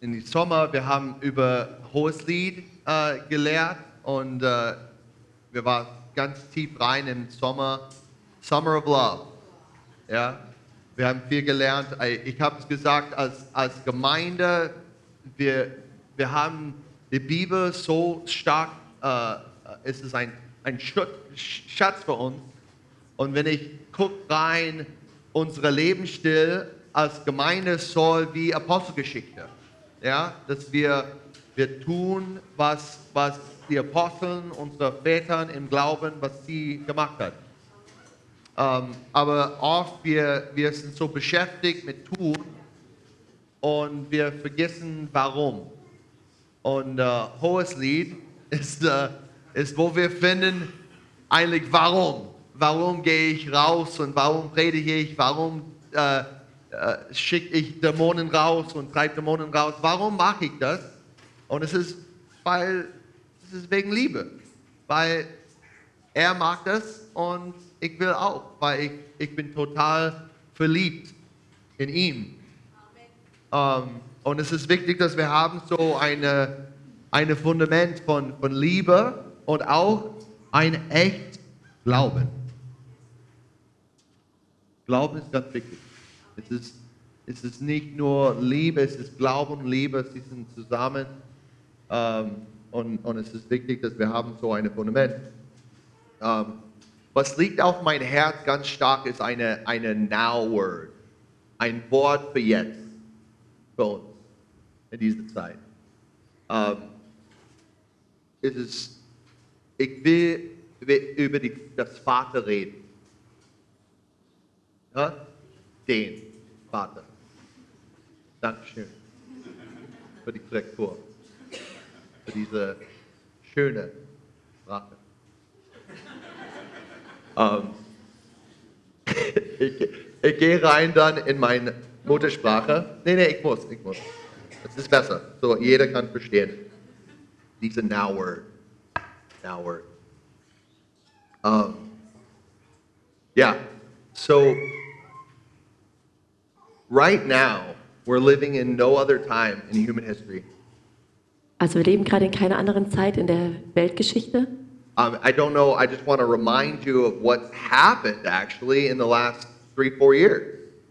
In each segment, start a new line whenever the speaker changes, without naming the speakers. in den Sommer, wir haben über hohes Lied äh, gelehrt und äh, wir waren ganz tief rein im Sommer, Summer of Love. Ja, wir haben viel gelernt. Äh, Ich habe es gesagt, als, als Gemeinde, wir, wir haben die Bibel so stark, äh, es ist ein, ein Schut- Schatz für uns. Und wenn ich gucke rein, unsere Lebensstil als Gemeinde soll wie Apostelgeschichte. Ja, dass wir, wir tun, was, was die Aposteln, unsere Väter im Glauben, was sie gemacht hat. Ähm, aber oft wir, wir sind so beschäftigt mit Tun und wir vergessen warum. Und äh, hohes Lied ist, äh, ist, wo wir finden, eigentlich warum. Warum gehe ich raus und warum predige ich? Warum äh, äh, schicke ich Dämonen raus und treibe Dämonen raus? Warum mache ich das? Und es ist, weil, es ist wegen Liebe. Weil er mag das und ich will auch, weil ich, ich bin total verliebt in ihn. Ähm, und es ist wichtig, dass wir haben so eine, ein Fundament von, von Liebe und auch ein echt Glauben. Glauben ist ganz wichtig. Es ist, es ist nicht nur Liebe, es ist Glauben und Liebe, sie sind zusammen. Ähm, und, und es ist wichtig, dass wir haben so ein Fundament. Ähm, was liegt auf mein Herz ganz stark ist eine, eine Now-Word, ein Wort für jetzt, für uns in dieser Zeit. Ähm, es ist, ich will wi- über die, das Vater reden. Ja? Den Vater. Dankeschön für die Korrektur, für diese schöne Sprache. Ähm, ich, ich gehe rein dann in meine Muttersprache. Nee, nee, ich muss, ich muss. Es ist besser. So, jeder kann verstehen. Diese Now-Word. Now-Word. Ähm, ja, so right now, we're living in no other time in human history.
Also wir leben gerade in keiner anderen Zeit in der Weltgeschichte.
Um, I don't know, I just want to remind you of what's happened actually in the last three, four years.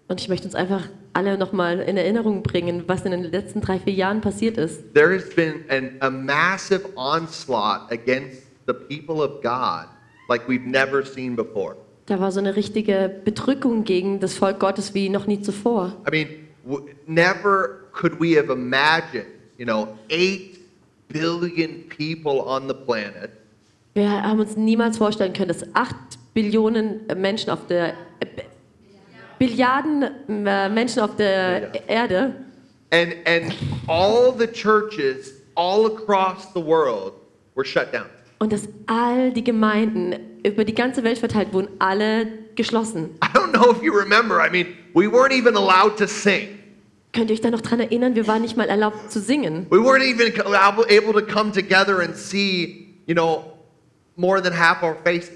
Und ich möchte uns einfach alle nochmal in Erinnerung bringen, was in den letzten drei, vier Jahren passiert ist.
There has been an, a massive onslaught against the people of God like we've never seen before.
Da war so eine richtige Bedrückung gegen das Volk Gottes wie noch nie zuvor.
I mean, w- never could we have imagined, you know, 8 billion people on the planet
Wir haben uns niemals vorstellen können, dass acht Billionen Menschen auf der äh, Billiarden äh, Menschen auf der
Milliarden.
Erde
and, and all the churches all across the world were shut down.
und dass all die Gemeinden über die ganze Welt verteilt wurden, alle geschlossen.
I don't know if you remember, I mean, we weren't even allowed to sing.
Könnt ihr euch da noch dran erinnern? Wir waren nicht mal erlaubt zu singen.
We weren't even co- able to come together and see, you know, more than half our faces.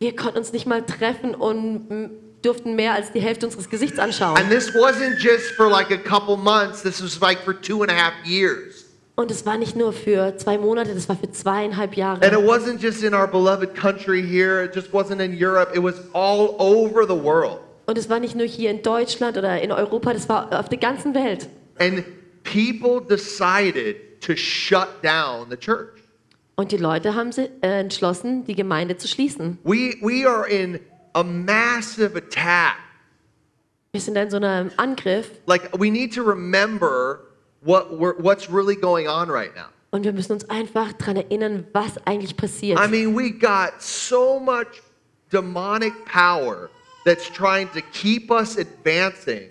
Wir konnten uns nicht mal treffen und m, durften mehr als die Hälfte unseres Gesichts anschauen.
And this wasn't just for like a couple months, this was like for two and a half years.
Und es war nicht nur für zwei Monate, das war für zweieinhalb
And it
Jahre.
wasn't just in our beloved country here, it just wasn't in Europe, it was all over the world.
Und es war nicht nur hier in Deutschland oder in Europa, das war auf der ganzen Welt.
And people decided to shut down the church.
Und die Leute haben si- äh, entschlossen, die Gemeinde zu schließen.
We, we are in a massive attack.
Wir sind da in so einem Angriff
Like, we need to remember what we're, what's really going on right now.
und wir müssen uns einfach daran erinnern, was eigentlich passiert.
I mean, we got so much demonic power that's trying to keep us advancing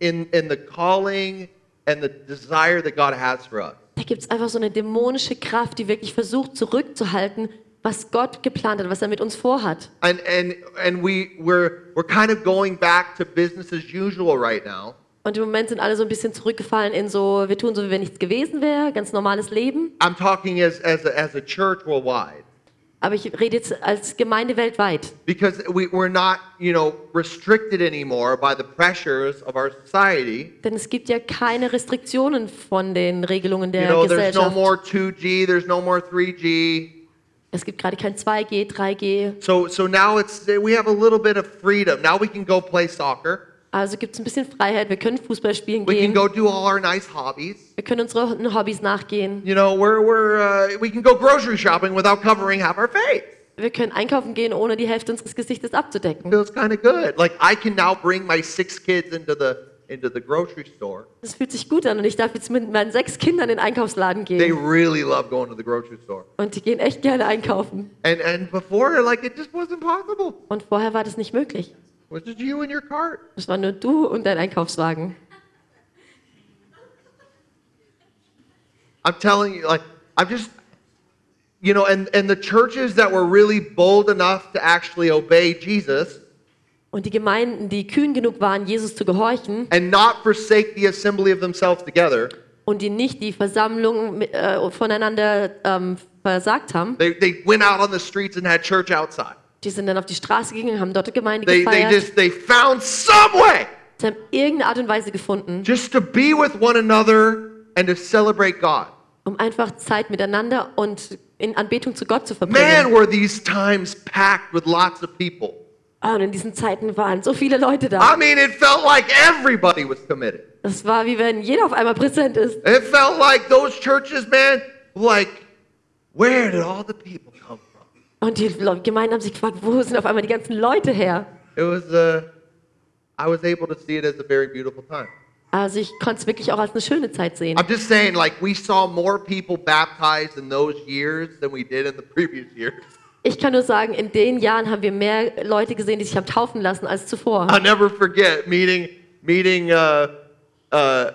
in, in the calling and the desire that God has for us.
Da gibt es einfach so eine dämonische Kraft, die wirklich versucht zurückzuhalten, was Gott geplant hat, was er mit uns vorhat.
And, and, and we, we're, we're kind of going back to business as usual right now.
Und im Moment sind alle so ein bisschen zurückgefallen in so, wir tun so, wie wenn nichts gewesen wäre, ganz normales Leben.
I'm talking as, as, a, as a church worldwide.
Aber ich rede jetzt als Gemeinde weltweit,
because we, we're not, you know, restricted anymore by the pressures of our society.
denn es gibt ja keine Restriktionen von den Regelungen der
You know, there's no
Gesellschaft.
more 2G, there's no more 3G.
es gibt gerade kein 2G, 3G.
So, so now it's we have a little bit of freedom. Now we can go play soccer.
Also gibt es ein bisschen Freiheit. Wir können Fußball spielen
We can
gehen.
go do all our nice hobbies.
Wir können unseren Hobbys nachgehen.
You know, we're, we're uh, we can go grocery shopping without covering half our face.
Wir können einkaufen gehen, ohne die Hälfte unseres Gesichtes abzudecken.
Feels kind of good. Like I can now bring my six kids into the into the grocery store.
Das fühlt sich gut an und ich darf jetzt mit meinen sechs Kindern in den Einkaufsladen
They
gehen.
really love going to the grocery store.
Und die gehen echt gerne einkaufen.
And and before, like it just wasn't possible.
Und vorher war das nicht möglich.
It was just you and your cart.
Das war nur du und dein Einkaufswagen.
I'm telling you, like I'm just. You know, and, and the churches that were really bold enough to actually obey Jesus
Und die Gemeinden, die kühn genug waren, Jesus zu gehorchen
and not forsake the assembly of themselves together.
und die nicht die Versammlung mit- äh, voneinander ähm, versagt haben,
They, they went out on the streets and had church outside.
die sind dann auf die Straße gegangen, haben dort eine Gemeinde
They, they
gefeiert.
just they found some way
Sie haben irgendeine Art und Weise gefunden,
just to be with one another and to celebrate God.
um einfach Zeit miteinander und in Anbetung zu Gott zu verbringen.
Man, were these times packed with lots of people.
Ah, und in diesen Zeiten waren so viele Leute da.
I mean, it felt like everybody was committed.
Das war wie wenn jeder auf einmal präsent ist.
It felt like those churches, man, like, where did all the people come from?
Und die Le- Gemeinden haben sich gefragt, wo sind auf einmal die ganzen Leute her?
It was, uh, I was able to see it as a very beautiful time.
Also ich konnte es wirklich auch als eine schöne Zeit sehen.
I'm just saying, like, we saw more people baptized in those years than we did in the previous years.
Ich kann nur sagen, in den Jahren haben wir mehr Leute gesehen, die sich haben taufen lassen als zuvor.
I'll never forget meeting meeting uh, uh, a,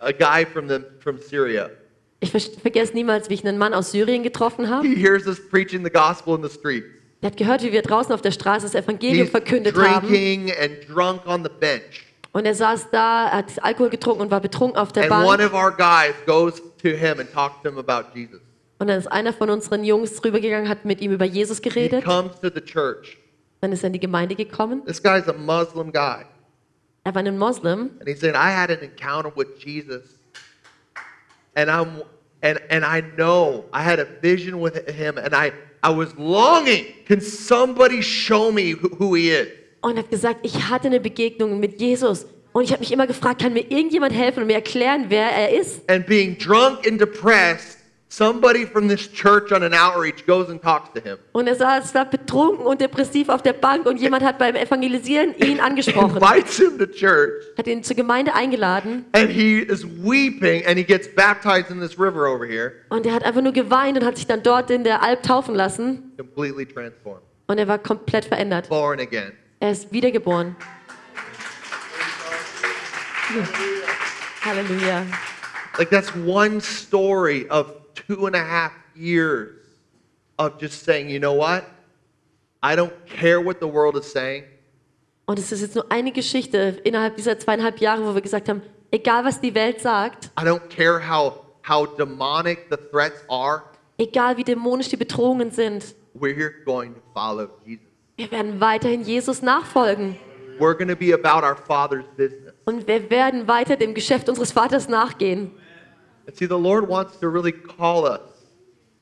a guy from the from Syria.
Ich ver vergesse niemals, wie ich einen Mann aus Syrien getroffen habe.
He hears us preaching the gospel in the streets.
Der hat gehört, wie wir draußen auf der Straße das Evangelium
He's
verkündet haben.
drinking and drunk on the bench.
Und er saß da, hat Alkohol getrunken und war betrunken auf der
And one
Bahn.
of our guys goes to him and talks to him about Jesus.
Und dann ist einer von unseren Jungs rübergegangen, hat mit ihm über Jesus
He
geredet.
comes to the church.
Dann ist er in die Gemeinde gekommen.
This guy's a Muslim guy.
Er war ein Moslem.
And he said, I had an encounter with Jesus. And I'm and and I know I had a vision with him and I I was longing. Can somebody show me who, who he is?
und hat gesagt, ich hatte eine Begegnung mit Jesus und ich habe mich immer gefragt, kann mir irgendjemand helfen und mir erklären, wer er ist?
And being drunk and depressed, somebody from this church on an outreach goes and talks to him.
Und er saß da betrunken und depressiv auf der Bank und jemand hat beim Evangelisieren ihn angesprochen,
Invites him to church
hat ihn zur Gemeinde eingeladen
and he is weeping and he gets baptized in this river over here,
und er hat einfach nur geweint und hat sich dann dort in der Alp taufen lassen
completely transformed,
und er war komplett verändert.
born again.
Er ist wiedergeboren. Halleluja.
Like that's one story of two and a half years of just saying, you know what? I don't care what the world is saying.
Und es ist jetzt nur eine Geschichte innerhalb dieser zweieinhalb Jahre, wo wir gesagt haben, egal was die Welt sagt,
I don't care how how demonic the threats are.
Egal wie dämonisch die Bedrohungen sind,
We're going to follow Jesus.
wir werden weiterhin Jesus nachfolgen.
We're going to be about our Father's business.
Und wir werden weiter dem Geschäft unseres Vaters nachgehen.
And see, the Lord wants to really call us,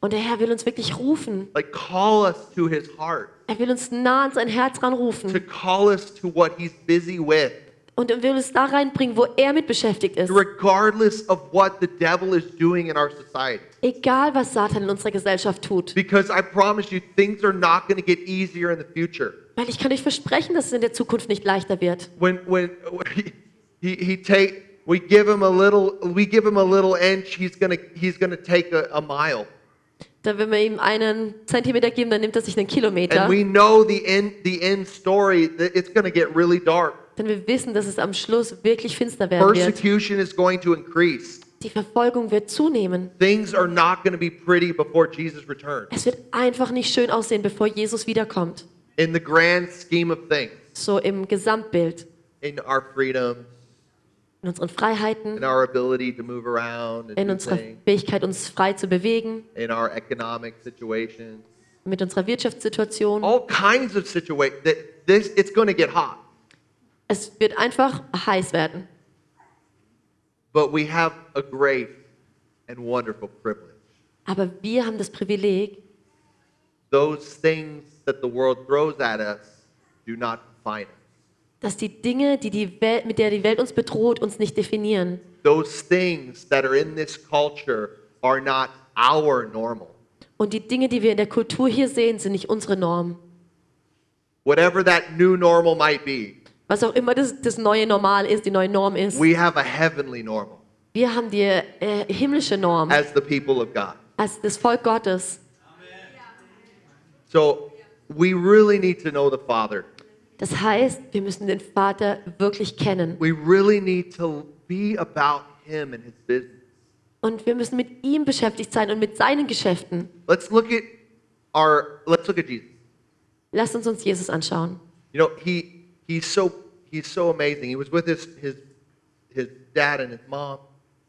Und der Herr will uns wirklich rufen.
like call us to His heart,
Er will uns nah an sein Herz
to
ranrufen.
call us to what He's busy with,
Und er will uns da reinbringen, wo er mit beschäftigt ist.
regardless of what the devil is doing in our society.
Egal was Satan in unserer Gesellschaft tut.
Because I promise you, things are not going to get easier in the future.
Weil ich kann euch versprechen, dass es in der Zukunft nicht leichter wird.
When when he, he take we give him a little we give him a little inch, he's gonna he's gonna take a, a mile.
Da wenn wir ihm einen Zentimeter geben, dann nimmt er sich einen Kilometer.
And we know the end the end story. that It's gonna get really dark.
Denn wir wissen, dass es am Schluss wirklich finster werden wird.
Persecution is going to increase.
Die Verfolgung wird zunehmen.
Things are not going to be pretty before Jesus returns.
Es wird einfach nicht schön aussehen, bevor Jesus wiederkommt.
In the grand scheme of things,
So im Gesamtbild.
in our freedom,
In
in
unseren Freiheiten,
our ability to move around, and
in
do
unserer
things,
Fähigkeit, uns frei zu bewegen,
in our economic situations.
mit unserer Wirtschaftssituation.
all kinds of situations. This it's going to get hot,
Es wird einfach heiß werden.
but we have a great and wonderful privilege.
Aber wir haben das Privileg,
Those things that the world throws at us do not define us.
dass die Dinge, die die Welt, mit der die Welt uns bedroht, uns nicht definieren.
Those things that are in this culture are not our normal.
Und die Dinge, die wir in der Kultur hier sehen, sind nicht unsere Norm.
Whatever that new normal might be,
Was auch immer das, das neue Normal ist, die neue Norm ist.
we have a heavenly normal
Wir haben die äh, himmlische Norm
as the people of God.
als das Volk Gottes.
So we really need to know the Father.
Das heißt, wir müssen den Vater wirklich kennen.
We really need to be about Him and His business.
Und wir müssen mit ihm beschäftigt sein und mit seinen Geschäften.
Let's look at our let's look at Jesus.
Lasst uns uns Jesus anschauen.
You know, he he's so he's so amazing. He was with his his his dad and his mom.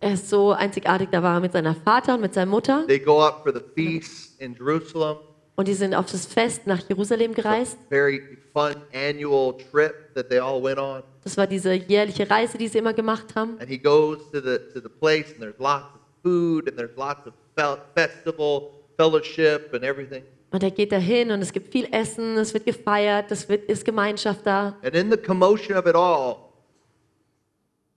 Er ist so einzigartig, da war er mit seiner Vater und mit seiner Mutter.
They go up for the feast in Jerusalem.
Und die sind auf das Fest nach Jerusalem gereist.
Very fun annual trip that they all went on.
Das war diese jährliche Reise, die sie immer gemacht haben.
And he goes to the to the place and there's lots of food and there's lots of fel- festival fellowship and everything.
Und er geht dahin und es gibt viel Essen, es wird gefeiert, es wird, ist Gemeinschaft da.
And in the commotion of it all,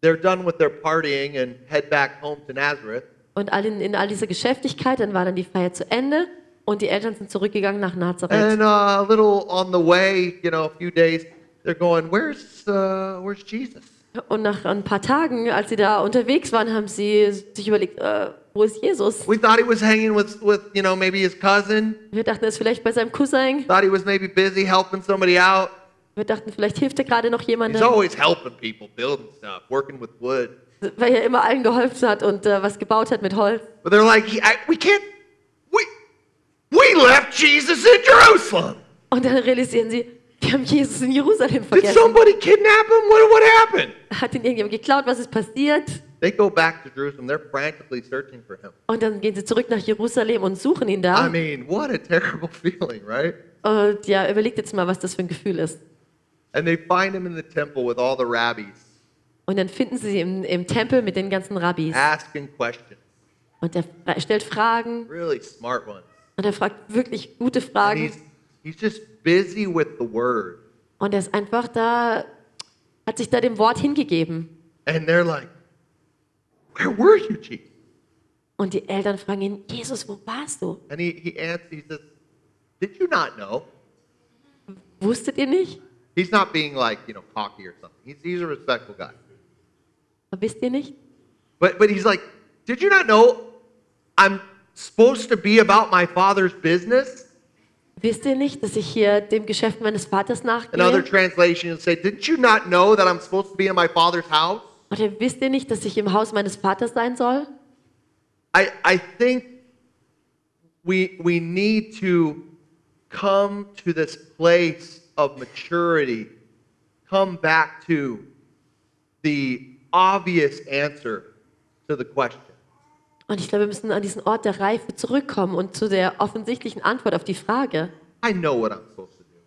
they're done with their partying and head back home to Nazareth.
Und all in, in all dieser Geschäftigkeit, dann war dann die Feier zu Ende und die Eltern sind zurückgegangen nach Nazareth.
And uh, a little on the way, you know, a few days, they're going, "Where's uh, where's Jesus?"
Und nach ein paar Tagen, als sie da unterwegs waren, haben sie sich überlegt, äh, wo ist Jesus?
We thought he was hanging with with you know maybe his cousin.
Wir dachten, er ist vielleicht bei seinem Cousin.
Thought he was maybe busy helping somebody out.
Wir dachten, vielleicht hilft er gerade noch
He's
jemandem,
always helping people, building stuff, working with wood.
weil er immer allen geholfen hat und äh, was gebaut hat mit Holz.
But they're like, he, I, "We can't. We we left Jesus in Jerusalem.
Und dann realisieren sie, wir haben Jesus in Jerusalem
Did
vergessen.
somebody kidnap him? What what happened?"
Hat ihn irgendjemand geklaut? Was ist passiert?
They go back to Jerusalem. They're frantically searching for him.
Und dann gehen sie zurück nach Jerusalem und suchen ihn da.
I mean, what a terrible feeling, right?
Und ja, überlegt jetzt mal, was das für ein Gefühl ist.
And they find him in the temple with all the rabbis.
Und dann finden sie ihn im, im Tempel mit den ganzen Rabbis.
asking questions,
Und er fra- stellt Fragen.
really smart ones.
Und er fragt wirklich gute
And
Fragen.
he's, he's just busy with the word.
Und er ist einfach da, hat sich da dem Wort hingegeben.
And they're like, Where were you, Jesus?
Und die Eltern fragen ihn, Jesus, wo warst du?
And he, he answers, he says, Did you not know?
Wusstet ihr nicht?
He's not being like, you know, cocky or something. He's, he's a respectful guy.
Wisst ihr nicht?
But, but he's like, Did you not know I'm supposed to be about my father's business?
Wisst ihr nicht, dass ich hier dem Geschäft meines Vaters
Another
nachgehe?
translation say, Didn't you not know that I'm supposed to be in my father's house?
Oder wisst ihr nicht, dass ich im Haus meines Vaters sein soll?
I, I think we, we need to come to this place of maturity, come back to the obvious answer to the question.
Und ich glaube, wir müssen an diesen Ort der Reife zurückkommen und zu der offensichtlichen Antwort auf die Frage.
I know what I'm supposed to do.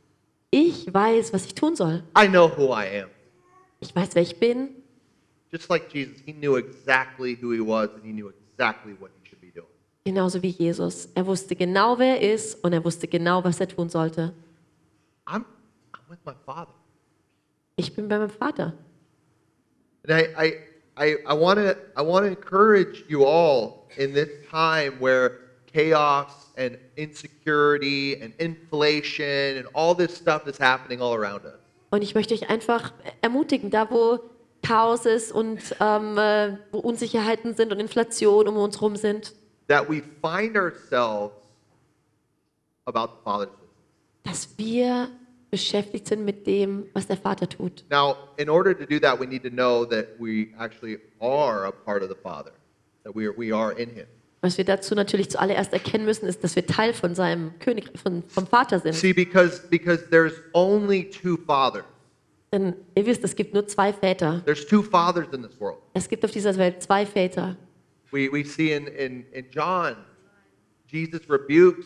Ich weiß, was ich tun soll.
I know who I am.
Ich weiß, wer ich bin.
Just like Jesus, he knew exactly who he was and he knew exactly what he should be doing.
Genauso wie Jesus. Er wusste genau, wer er ist und er wusste genau, was er tun sollte.
I'm, I'm with my Father.
Ich bin bei meinem Vater.
And I, I, I, I want to I wanna encourage you all in this time where chaos and insecurity and inflation and all this stuff is happening all around us.
Und ich möchte euch einfach ermutigen, da wo Chaos ist und ähm, äh, wo Unsicherheiten sind und Inflation um uns herum sind,
That we find ourselves about the Father's business.
dass wir beschäftigt sind mit dem, was der Vater tut.
Now, in order to do that, we need to know that we actually are a part of the Father, that we are, we are in Him.
Was wir dazu natürlich zuallererst erkennen müssen, ist, dass wir Teil von seinem König, von, vom Vater sind.
See, because because there's only two fathers.
Denn ihr wisst, es gibt nur zwei Väter.
There's two fathers in this world.
Es gibt auf dieser Welt zwei Väter.
We, we see in, in, in John, Jesus rebukes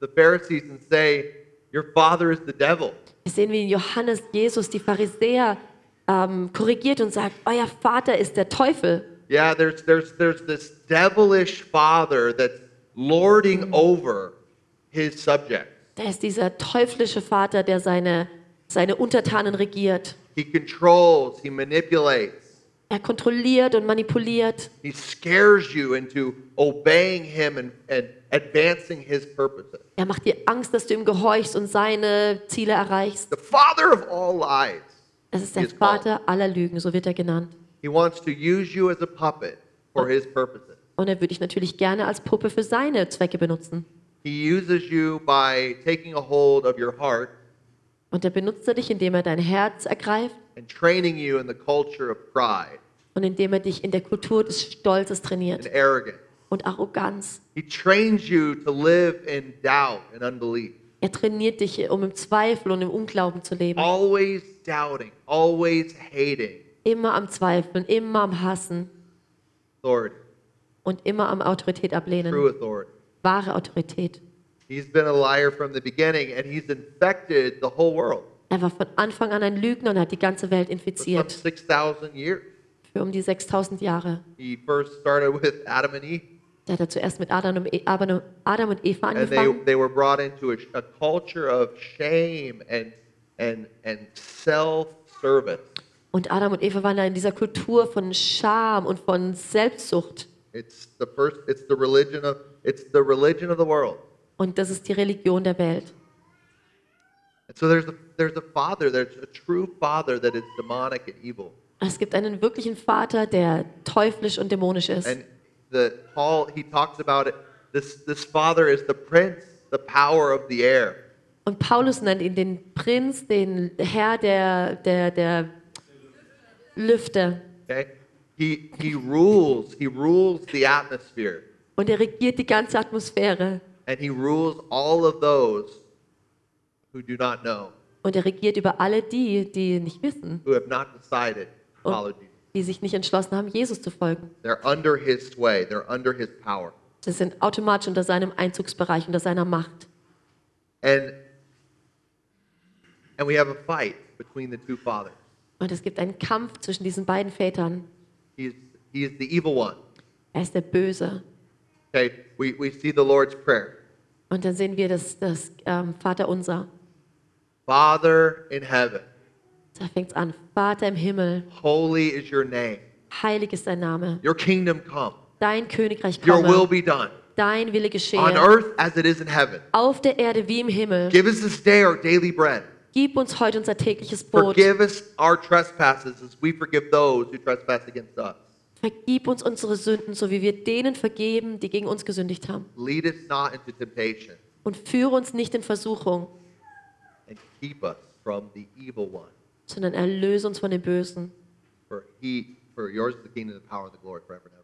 the Pharisees and say, Your father is the devil.
Wir sehen, wie Johannes, Jesus, die Pharisäer ähm, korrigiert und sagt, euer Vater ist der Teufel.
Yeah, there's, there's, there's this devilish father that's lording over his subjects.
Da ist dieser teuflische Vater, der seine, seine Untertanen regiert.
He controls, he manipulates,
Er kontrolliert und manipuliert.
he scares you into obeying him and, and advancing his purposes.
Er macht dir Angst, dass du ihm gehorchst und seine Ziele erreichst.
The father of all lies.
Das ist
he
der
is called.
Vater aller Lügen, so wird er genannt.
He wants to use you as a puppet for his purposes.
Und er würde dich natürlich gerne als Puppe für seine Zwecke benutzen.
He uses you by taking a hold of your heart
Und er benutzt er dich, indem er dein Herz ergreift
and training you in the culture of pride
und indem er dich in der Kultur des Stolzes
and
trainiert
arrogance.
und Arroganz.
He trains you to live in doubt and unbelief,
Er trainiert dich, um im Zweifel und im Unglauben zu leben.
always doubting, always hating
Immer am Zweifeln, immer am Hassen
authority,
und immer am Autorität ablehnen.
true authority.
Wahre Autorität.
He's been a liar from the beginning and he's infected the whole world
Er war von Anfang an ein Lügner und hat die ganze Welt
for some
infiziert.
6,000 years.
Für um die 6000 Jahre.
He first started with Adam and Eve,
Da hat er zuerst mit Adam und, e Adam- Adam und Eva
and they,
angefangen.
they were brought into a, a culture of shame and, and, and self service.
Und Adam und Eva waren da in dieser Kultur von Scham und von Selbstsucht.
It's the first. It's the religion of. It's the religion of the world.
Und das ist die Religion der Welt.
And so there's a there's a father. There's a true father that is demonic and evil.
Es gibt einen wirklichen Vater, der teuflisch und dämonisch ist.
And the Paul he talks about it. This this father is the prince, the power of the air.
Und Paulus nennt ihn den Prinz, den Herr der, der, der Lüfte.
Okay. He he rules. He rules the atmosphere,
Und er regiert die ganze Atmosphäre.
and he rules all of those who do not know,
Und er regiert über alle die, die nicht wissen,
who have not decided to
Oh.
follow Jesus.
die sich nicht entschlossen haben, Jesus zu folgen.
They're under his sway. They're under his power.
Sie sind automatisch unter seinem Einzugsbereich, unter seiner Macht.
And and we have a fight between the two fathers.
Und es gibt einen Kampf zwischen diesen beiden Vätern.
He's he's the evil one.
Er ist der Böse.
Okay, we, we see the Lord's Prayer.
Und dann sehen wir das, das ähm, Vater unser.
Father in heaven,
Da fängt es an. Vater im Himmel,
holy is your name.
heilig ist dein Name.
Your kingdom come.
Dein Königreich
Your will
komme.
be done
Dein Wille geschehe.
on earth as it is in heaven.
Auf der Erde wie im Himmel.
Give us this day our daily bread.
Gib uns heute unser tägliches Brot.
Forgive us our trespasses as we forgive those who trespass against us.
Vergib uns unsere Sünden, so wie wir denen vergeben, die gegen uns gesündigt haben.
Lead us not into temptation
Und führe uns nicht in Versuchung,
and keep us from the evil one.
sondern erlöse uns von dem Bösen.
For he, for yours is the kingdom, the power, and the glory forever and ever.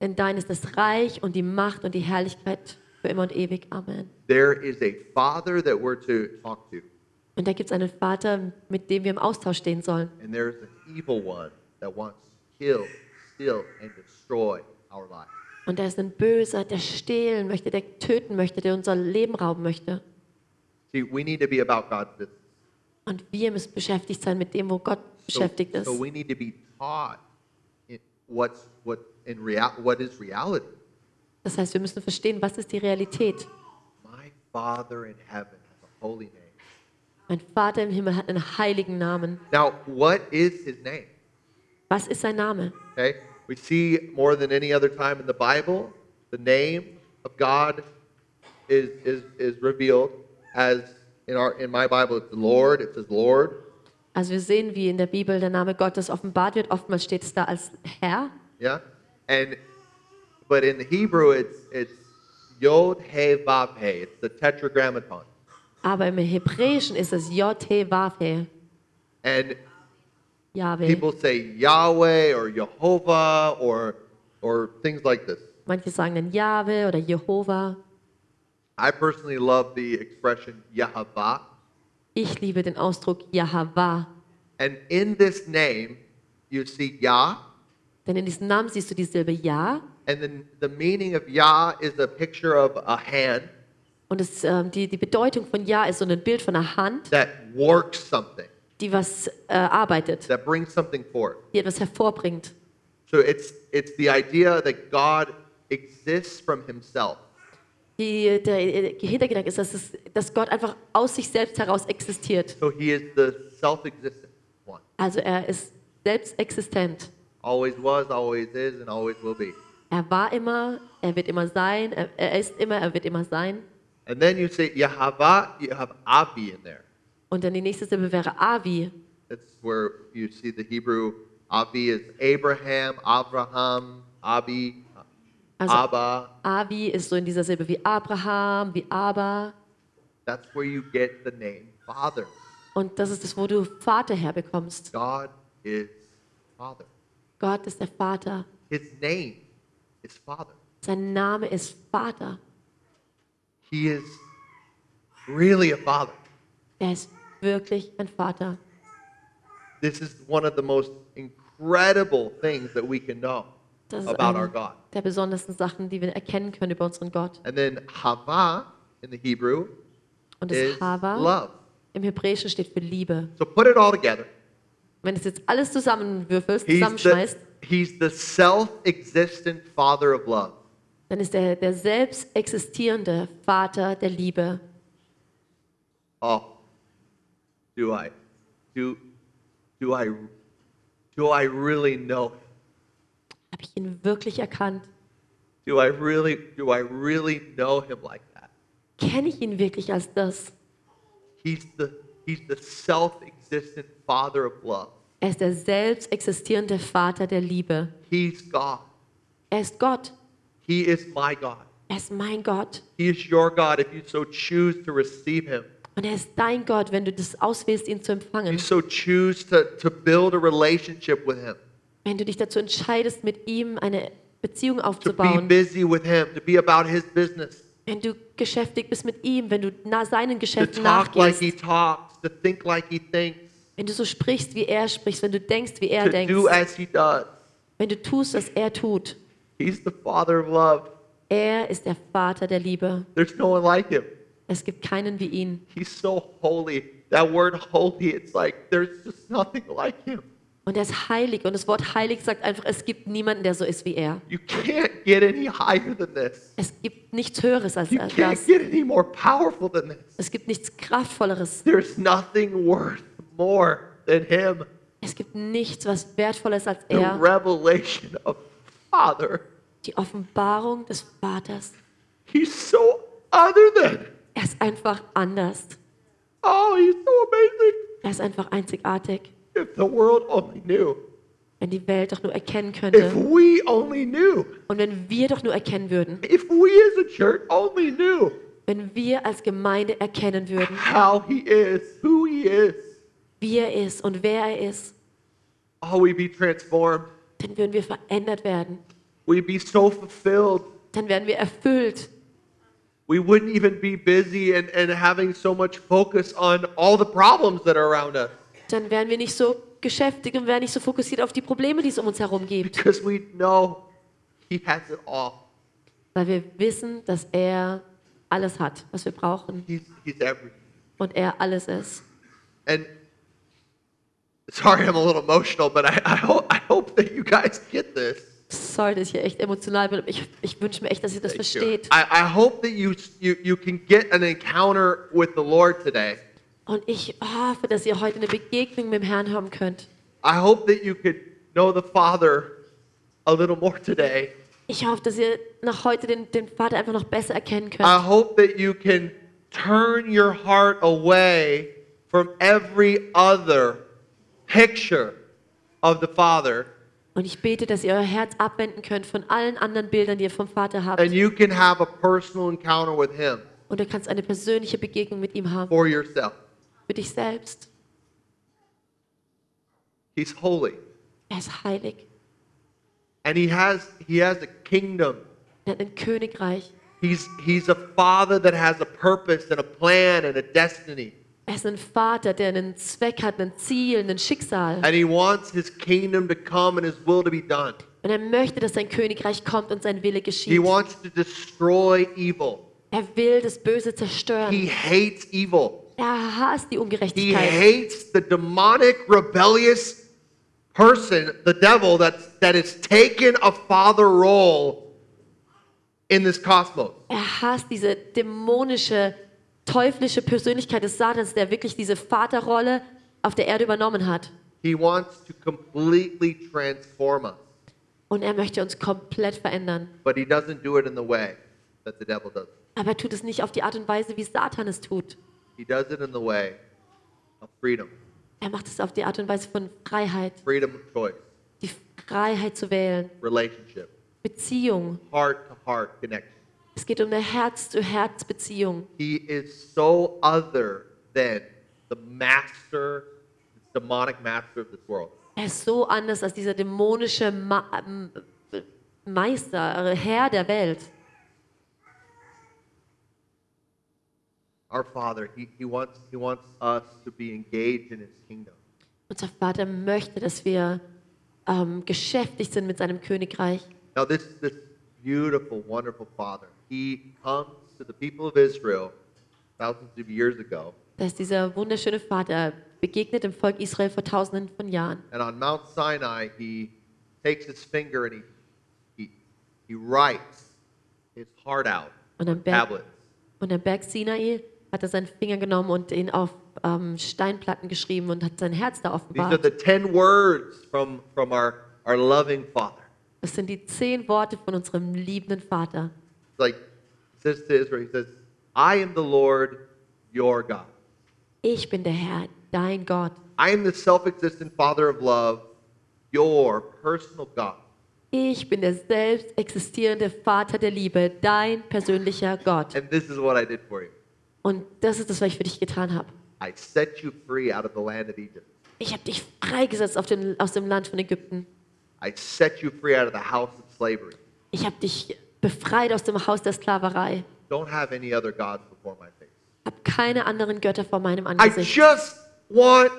Denn dein ist das Reich und die Macht und die Herrlichkeit für immer und ewig. Amen.
There is a father that we're to talk to,
Und da gibt es einen Vater, mit dem wir im Austausch stehen sollen.
and there's an evil one that wants to kill, steal, and destroy our life.
Und da ist ein Böser, der stehlen möchte, der töten möchte, der unser Leben rauben möchte.
See, we need to be about God's business.
Und wir müssen beschäftigt sein mit dem, wo Gott
So,
beschäftigt ist.
so we need to be taught in what's what in real, what is reality.
Das heißt, wir müssen verstehen, was ist die Realität.
My Father in heaven has a holy name.
Mein Vater im Himmel hat einen heiligen Namen.
Now, what is his name?
Was ist sein Name?
Okay, we see more than any other time in the Bible, the name of God is is is revealed as in our in my Bible it's the Lord. It says Lord.
Also wir sehen, wie in der Bibel der Name Gottes offenbart wird. Oftmals steht es da als Herr.
Yeah, and but in the Hebrew it's it's Yod He Vav He. It's the Tetragrammaton,
Aber im Hebräischen ist es J-T-Wav-He,
and
Yahweh.
people say Yahweh or Jehovah or or things like this.
Manche sagen dann Jahwe oder Jehova.
I personally love the expression Yahavah,
Ich liebe den Ausdruck Yahweh.
and in this name you see Yah.
Denn in diesem Namen siehst du die Silbe Ja.
And then the meaning of Yah is a picture of a hand,
Und es, ähm, die, die Bedeutung von Ja ist so ein Bild von einer Hand,
that works something,
die was äh, arbeitet,
that brings something forth.
die etwas hervorbringt.
So it's, it's the idea that God exists from himself.
Die, der äh, Hintergedanke ist, dass, es, dass Gott einfach aus sich selbst heraus existiert.
So he is the self existent one.
Also er ist selbst existent.
Always was, always is, and always will be.
Er war immer, er wird immer sein, er, er ist immer, er wird immer sein.
And then you say Yahava, you have Abi in there.
Und dann die nächste Silbe wäre Avi.
That's where you see the Hebrew Abi is Abraham, Abraham, Abi,
Also
Abba.
Avi ist so in dieser Silbe wie Abraham, wie Abba.
That's where you get the name Father.
Und das ist das, wo du Vater herbekommst.
God is Father.
Gott ist der Vater.
His name is Father.
Sein Name ist Vater.
He is really a father.
Er ist wirklich ein Vater.
This is one of the most incredible things that we can know
Das ist
about our
eine
God.
der besondersten Sachen, die wir erkennen können über unseren Gott.
And then Hava in the Hebrew
Und
is
das Hava
love.
im Hebräischen steht für Liebe.
So put it all together.
Wenn du es jetzt alles zusammenwürfelst,
He's
zusammenschmeißt,
the, he's the self-existent father of love.
dann ist er der selbst existierende Vater der Liebe.
Oh, do I, do, do I, do I really know? him?
Habe ich ihn wirklich erkannt?
Do I really, do I really know him like that?
Kenne ich ihn wirklich als das?
He's the, he's the self-existent father of love.
Er ist der selbst existierende Vater der Liebe.
He's God.
Er ist Gott.
He is my God.
Er ist mein Gott.
He is your God if you so choose to receive him.
Und er ist dein Gott, wenn du das auswählst, ihn zu
If you
empfangen.
so choose to, to build a relationship with him,
Wenn du dich dazu entscheidest, mit ihm eine Beziehung
to be
aufzubauen.
busy with him, to be about his business,
Wenn du geschäftig bist mit ihm, wenn du na seinen
to
Geschäften
talk like
nachgehst,
he talks, to think like he thinks,
wenn du so sprichst, wie er spricht, wenn du denkst, wie er
to do
denkt,
as he does.
wenn du tust, was er tut.
He's the father of love.
Er ist der Vater der Liebe.
There's no one like him.
Es gibt keinen wie ihn.
He's so holy. That word holy, it's like there's just nothing like him.
Und er ist heilig. Und das Wort heilig sagt einfach, es gibt niemanden, der so ist wie er.
You can't get any higher than this.
Es gibt nichts Höheres als
You
er-
can't
das.
get any more powerful than this.
Es gibt nichts Kraftvolleres.
There's nothing worth more than him.
Es gibt nichts, was wertvoller ist als
The
er.
revelation of Father.
Die Offenbarung des Vaters.
He's so other than.
Er ist einfach anders.
Oh, he's so amazing.
Er ist einfach einzigartig.
If the world only knew.
Wenn die Welt doch nur erkennen
If
könnte.
we only knew.
Und wenn wir doch nur erkennen würden.
If we as a church only knew
Wenn wir als Gemeinde erkennen würden,
how he is, who he is.
wie er ist und wer er ist,
Oh, we'd be transformed.
dann würden wir verändert werden.
We'd be so fulfilled.
Dann wären wir erfüllt.
We wouldn't even be busy and, and having so much focus on all the problems that are around us.
Dann wären wir nicht so geschäftig und wären nicht so fokussiert auf die Probleme, die es um uns herum gibt.
Because we know He has it all.
Weil wir wissen, dass er alles hat, was wir brauchen.
He's, he's everything.
Und er alles ist.
And sorry, I'm a little emotional, but I, I, hope, I hope that you guys get this.
Sorry, dass ich hier echt emotional bin. aber Ich, ich wünsche mir echt, dass ihr das
Thank you.
versteht.
I, I hope that you, you, you can get an encounter with the Lord today.
Und ich hoffe, dass ihr heute eine Begegnung mit dem Herrn haben könnt.
I hope that you could know the Father a little more today.
Ich hoffe, dass ihr nach heute den, den Vater einfach noch besser erkennen könnt.
I hope that you can turn your heart away from every other picture of the Father
Und ich bete, dass ihr euer Herz abwenden könnt von allen anderen Bildern, die ihr vom Vater habt.
and you can have a personal encounter with Him
Und du kannst eine persönliche Begegnung mit ihm haben,
for yourself.
für dich selbst.
He's holy
Er ist heilig.
and He has, he has a kingdom.
Er hat ein Königreich.
He's, he's a Father that has a purpose and a plan and a destiny.
Er ist ein Vater, der einen Zweck hat, ein Ziel, ein Schicksal.
And He wants His kingdom to come and His will to be done.
Und er möchte, dass sein Königreich kommt und sein Wille
He
geschieht.
wants to destroy evil.
Er will das Böse zerstören.
He hates evil.
Er hasst die
He
Ungerechtigkeit.
hates the demonic, rebellious person, the devil, that, that has taken a father role in this cosmos.
Er hasst diese dämonische, teuflische Persönlichkeit des Satans, der wirklich diese Vaterrolle auf der Erde übernommen hat.
He wants to completely transform us,
Und er möchte uns komplett verändern.
but he doesn't do it in the way that the devil does.
Aber er tut es nicht auf die Art und Weise, wie Satan es tut.
He does it in the way of freedom,
Er macht es auf die Art und Weise von Freiheit.
freedom of choice,
Die Freiheit zu wählen.
relationship,
Beziehung.
heart to heart connection.
Es geht um eine Herz-zu-Herz-Beziehung.
He is so other than the master, the demonic master of this world.
Er ist so anders als dieser dämonische Ma ähm, Meister, äh, Herr der Welt.
Our Father, he, he, wants, he wants us to be engaged in His kingdom.
Unser Vater möchte, dass wir ähm, geschäftig sind mit seinem Königreich.
Now, this, this beautiful, wonderful Father, He comes to the people of Israel thousands of years ago,
Dass dieser wunderschöne Vater begegnet dem Volk Israel vor tausenden von Jahren.
and on Mount Sinai, He takes His finger and He, he, he writes His heart out
Und am, Berg,
tablets.
und am Berg Sinai hat er seinen Finger genommen und ihn auf ähm, Steinplatten geschrieben und hat sein Herz da
These are
offenbart.
the 10 words from, from our, our loving Father.
Das sind die zehn Worte von unserem liebenden Vater.
It's like, He says to Israel, He says, I am the Lord your God.
Ich bin der Herr, dein Gott.
I am the self existent Father of love, your personal God.
Ich bin der selbst existierende Vater der Liebe, dein persönlicher Gott.
And this is what I did for you
Und das ist das, was ich für dich getan habe.
I set you free out of the land of Egypt.
Ich habe dich freigesetzt auf dem, aus dem Land von Ägypten.
I set you free out of the house of slavery.
Ich habe dich befreit aus dem Haus der Sklaverei.
Don't have any other gods before my face.
Hab keine anderen Götter vor meinem
I
Angesicht,
just want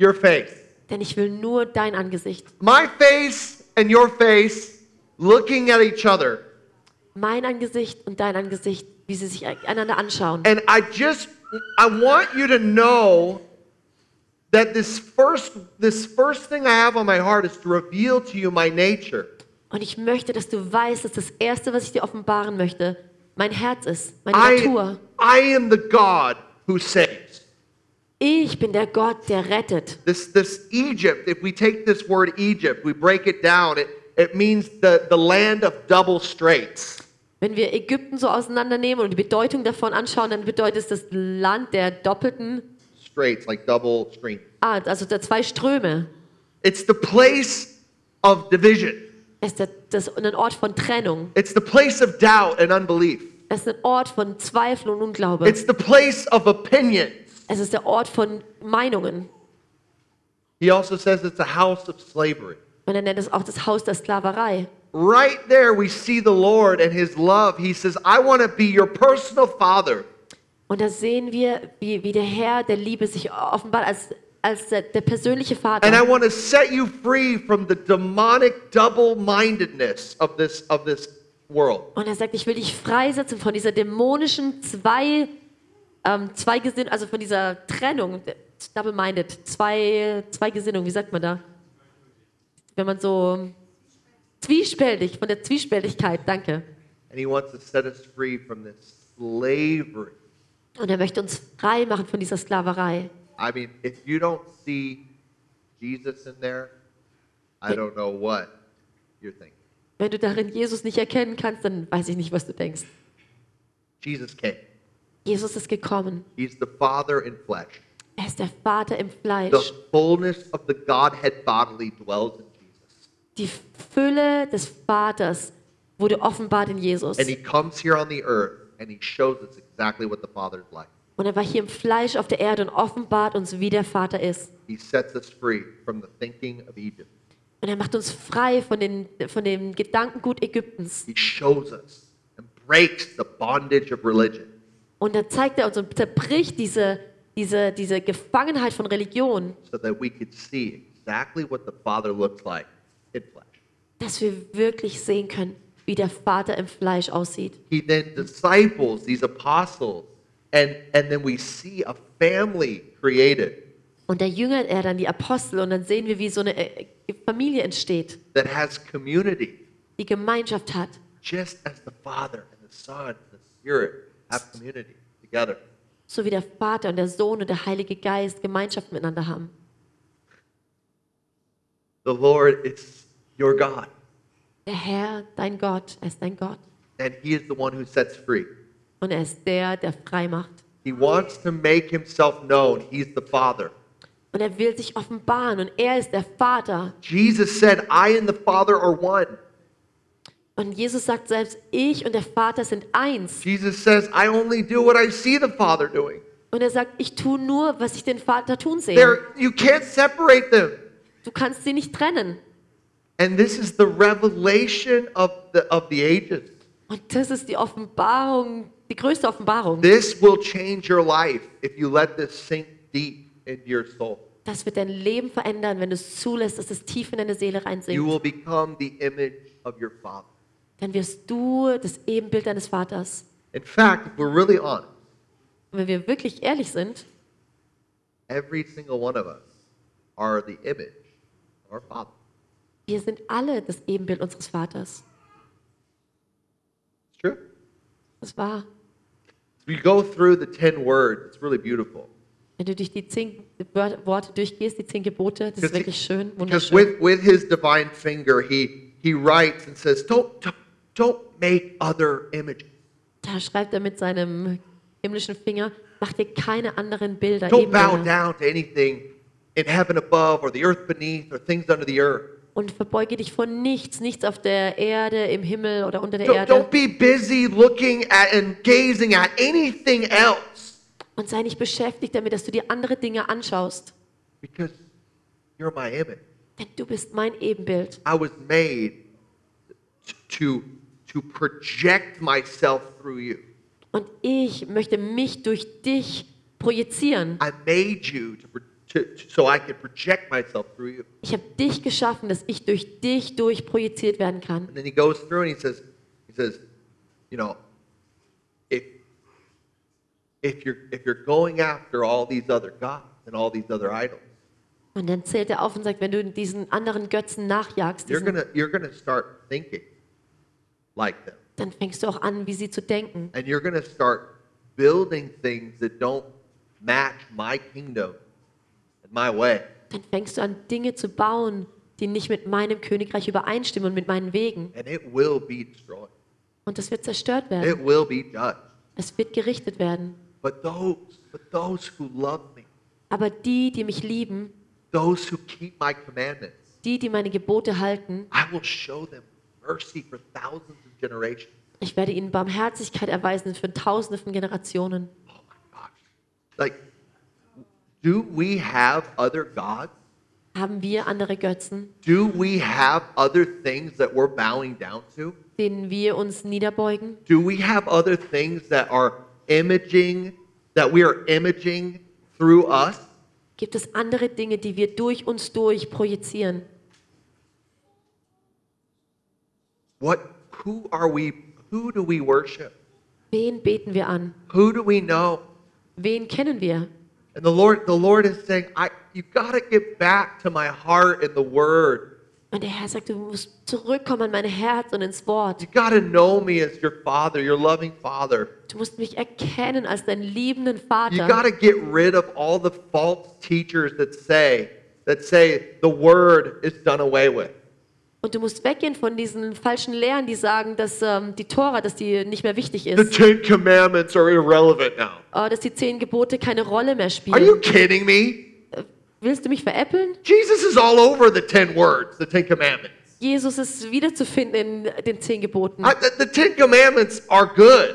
your face.
denn ich will nur dein Angesicht.
My face and your face looking at each other.
Mein Angesicht und dein Angesicht, wie sie sich einander anschauen.
And I just I want you to know that this first this first thing I have on my heart is to reveal to you my nature.
Und ich möchte, dass du weißt, dass das Erste, was ich dir offenbaren möchte, mein Herz ist, meine
I,
Natur.
I am the God who saves.
Ich bin der Gott, der rettet.
This, this Egypt, if we take this word Egypt, we break it down, it, it means the, the land of double straits.
Wenn wir Ägypten so auseinandernehmen und die Bedeutung davon anschauen, dann bedeutet es das Land der doppelten,
Straits, like double stream.
ah, also der zwei Ströme.
It's the place of division,
Es ist der, das, ein Ort von Trennung.
it's the place of doubt and unbelief,
Es ist ein Ort von Zweifel und Unglaube.
it's the place of opinions.
Es ist der Ort von Meinungen.
He also says it's a house of slavery.
Und er nennt es auch das Haus der Sklaverei.
Right there, we see the Lord and His love. He says, I want to be your personal father.
Und da sehen wir, wie, wie der Herr der Liebe sich offenbart als, als der, der persönliche
And I
Vater.
want to set you free from the demonic double-mindedness of this of this world.
Und er sagt, ich will dich freisetzen von dieser dämonischen zwei, ähm, zwei Gesinnung, also von dieser Trennung, double-minded, zwei, zwei Gesinnung, wie sagt man da? Wenn man so zwiespältig, von der Zwiespältigkeit, danke.
And he wants to set us free from this slavery.
Und er möchte uns frei machen von dieser Sklaverei.
I mean, if you don't see Jesus in there, I don't know what you're thinking.
Wenn du darin Jesus nicht erkennen kannst, dann weiß ich nicht, was du denkst.
Jesus came.
Jesus ist gekommen.
He's the Father in flesh.
Er ist der Vater im
The
Fleisch.
fullness of the Godhead bodily dwells in Jesus.
Die Fülle des Vaters wurde offenbart in Jesus.
And he comes here on the earth and he shows us exactly what the Father is like.
Und er war hier im Fleisch auf der Erde und offenbart uns, wie der Vater ist.
He sets us free from the thinking of Egypt.
Und er macht uns frei von, den, von dem Gedankengut Ägyptens.
He shows us and breaks the bondage of religion.
Und da zeigt er uns und zerbricht diese, diese, diese Gefangenheit von Religion,
so that we could see exactly what the Father looks like in flesh.
dass wir wirklich sehen können, wie der Vater im Fleisch aussieht.
He then disciples these apostles, and, and then we see a family created
Und da jüngert er dann die Apostel und dann sehen wir, wie so eine äh, Familie entsteht,
that has community,
die Gemeinschaft hat.
just as the Father and the Son and the Spirit have community together.
So wie der Vater und der Sohn und der Heilige Geist Gemeinschaft miteinander haben.
The Lord is your God,
Der Herr, dein Gott, er ist dein Gott.
and He is the one who sets free.
Und er ist der, der frei macht.
He wants to make Himself known. He's the Father.
Und er will sich offenbaren und er ist der Vater.
Jesus said, I and the Father are one.
Und Jesus sagt selbst, ich und der Vater sind eins.
Jesus says, I only do what I see the Father doing.
Und er sagt, ich tue nur, was ich den Vater tun sehe.
They're, you can't separate them.
Du kannst sie nicht trennen.
And this is the revelation of the, of the ages.
Und das ist die Offenbarung, die größte Offenbarung.
This will change your life if you let this sink deep into your soul.
Das wird dein Leben verändern, wenn du es zulässt, dass es tief in deine Seele
You
reinsinkt.
will become the image of your Father.
Dann wirst du das Ebenbild deines Vaters.
In fact, if we're really honest,
Und wenn wir wirklich ehrlich sind,
every single one of us are the image of our Father.
wir sind alle das Ebenbild unseres Vaters.
It's true.
Das war,
We go through the 10 words, it's really beautiful.
wenn du durch die zehn Wör- Worte durchgehst, die zehn Gebote, das ist
he-
wirklich schön,
because
wunderschön.
with, with his divine finger, he, he writes and says, don't, don't, don't make other images.
Da schreibt er mit seinem himmlischen Finger, mach dir keine anderen Bilder,
Don't bow
Ebenbilder.
down to anything in heaven above or the earth beneath or things under the earth.
Und verbeuge dich vor nichts, nichts auf der Erde, im Himmel oder unter der
Don't,
Erde.
don't be busy looking at and gazing at anything else
Und sei nicht beschäftigt damit, dass du dir andere Dinge anschaust.
because you're my image.
Denn du bist mein Ebenbild.
I was made to, to project myself through you.
Und ich möchte mich durch dich projizieren.
I made you to, pro- to, to- so I could project myself through you.
Ich habe dich geschaffen, dass ich durch dich durch projiziert werden kann.
And then he goes through and he says, he says, you know, if if you're if you're going after all these other gods and all these other idols,
Und dann zählt er auf und sagt, wenn du diesen anderen Götzen nachjagst,
you're
diesen,
gonna you're gonna start thinking like them,
dann fängst du auch an, wie sie zu denken.
and you're gonna start building things that don't match my kingdom and my way.
Dann fängst du an, Dinge zu bauen, die nicht mit meinem Königreich übereinstimmen und mit meinen Wegen.
And it will be destroyed.
Und das wird zerstört werden.
It will be judged.
Es wird gerichtet werden.
But those, but those who love me,
Aber die, die mich lieben,
those who keep my commandments,
die, die meine Gebote halten,
I will show them mercy for thousands of generations.
ich werde ihnen Barmherzigkeit erweisen für Tausende von Generationen.
Oh my gosh. Like, do we have other gods?
Haben wir andere Götzen,
Do we have other things that we're bowing down to?
denen wir uns niederbeugen?
Do we have other things that are imaging, that we are imaging through us?
Gibt es andere Dinge, die wir durch uns durch projizieren?
What, who are we, who do we worship?
Wen beten wir an?
Who do we know?
Wen kennen wir?
And the Lord, the Lord is saying, I, you've got to get back to my heart and the word
Und der Herr sagt, du musst zurückkommen an mein Herz und ins Wort.
You gotta know me as your father, your loving father.
Du musst mich erkennen als deinen liebenden
You
Vater.
gotta get rid of all the false teachers that say that say the word is done away with.
Und du musst weggehen von diesen falschen Lehren, die sagen, dass ähm, die Tora, dass die nicht mehr wichtig
The
ist,
Ten Commandments are irrelevant now.
äh, dass die zehn Gebote keine Rolle mehr
Are you
spielen.
kidding me?
Äh, Willst du mich veräppeln?
Jesus is all over the Ten Words, the Ten Commandments.
Jesus ist wiederzufinden in den zehn Geboten.
I- the, the Ten Commandments are good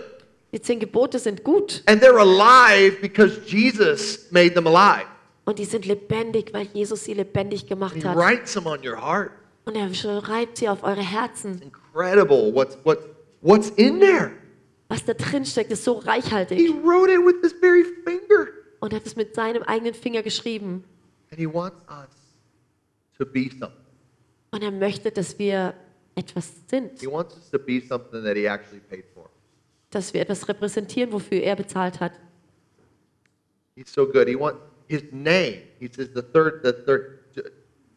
Die zehn Gebote sind gut
and they're alive because Jesus made them alive.
und die sind lebendig, weil Jesus sie lebendig
He
gemacht hat.
writes them on your heart.
Und er schreibt sie auf eure Herzen.
Incredible what's, what's, what's in there.
Was da drin steckt, ist so
He
reichhaltig.
wrote it with his very finger.
Und hat es mit seinem eigenen Finger geschrieben.
And he wants us to be something.
Und er möchte, dass wir etwas sind.
He wants us to be something that he actually paid for.
Dass wir etwas repräsentieren, wofür er bezahlt hat.
He's so good. He wants his name. He says the third, the third,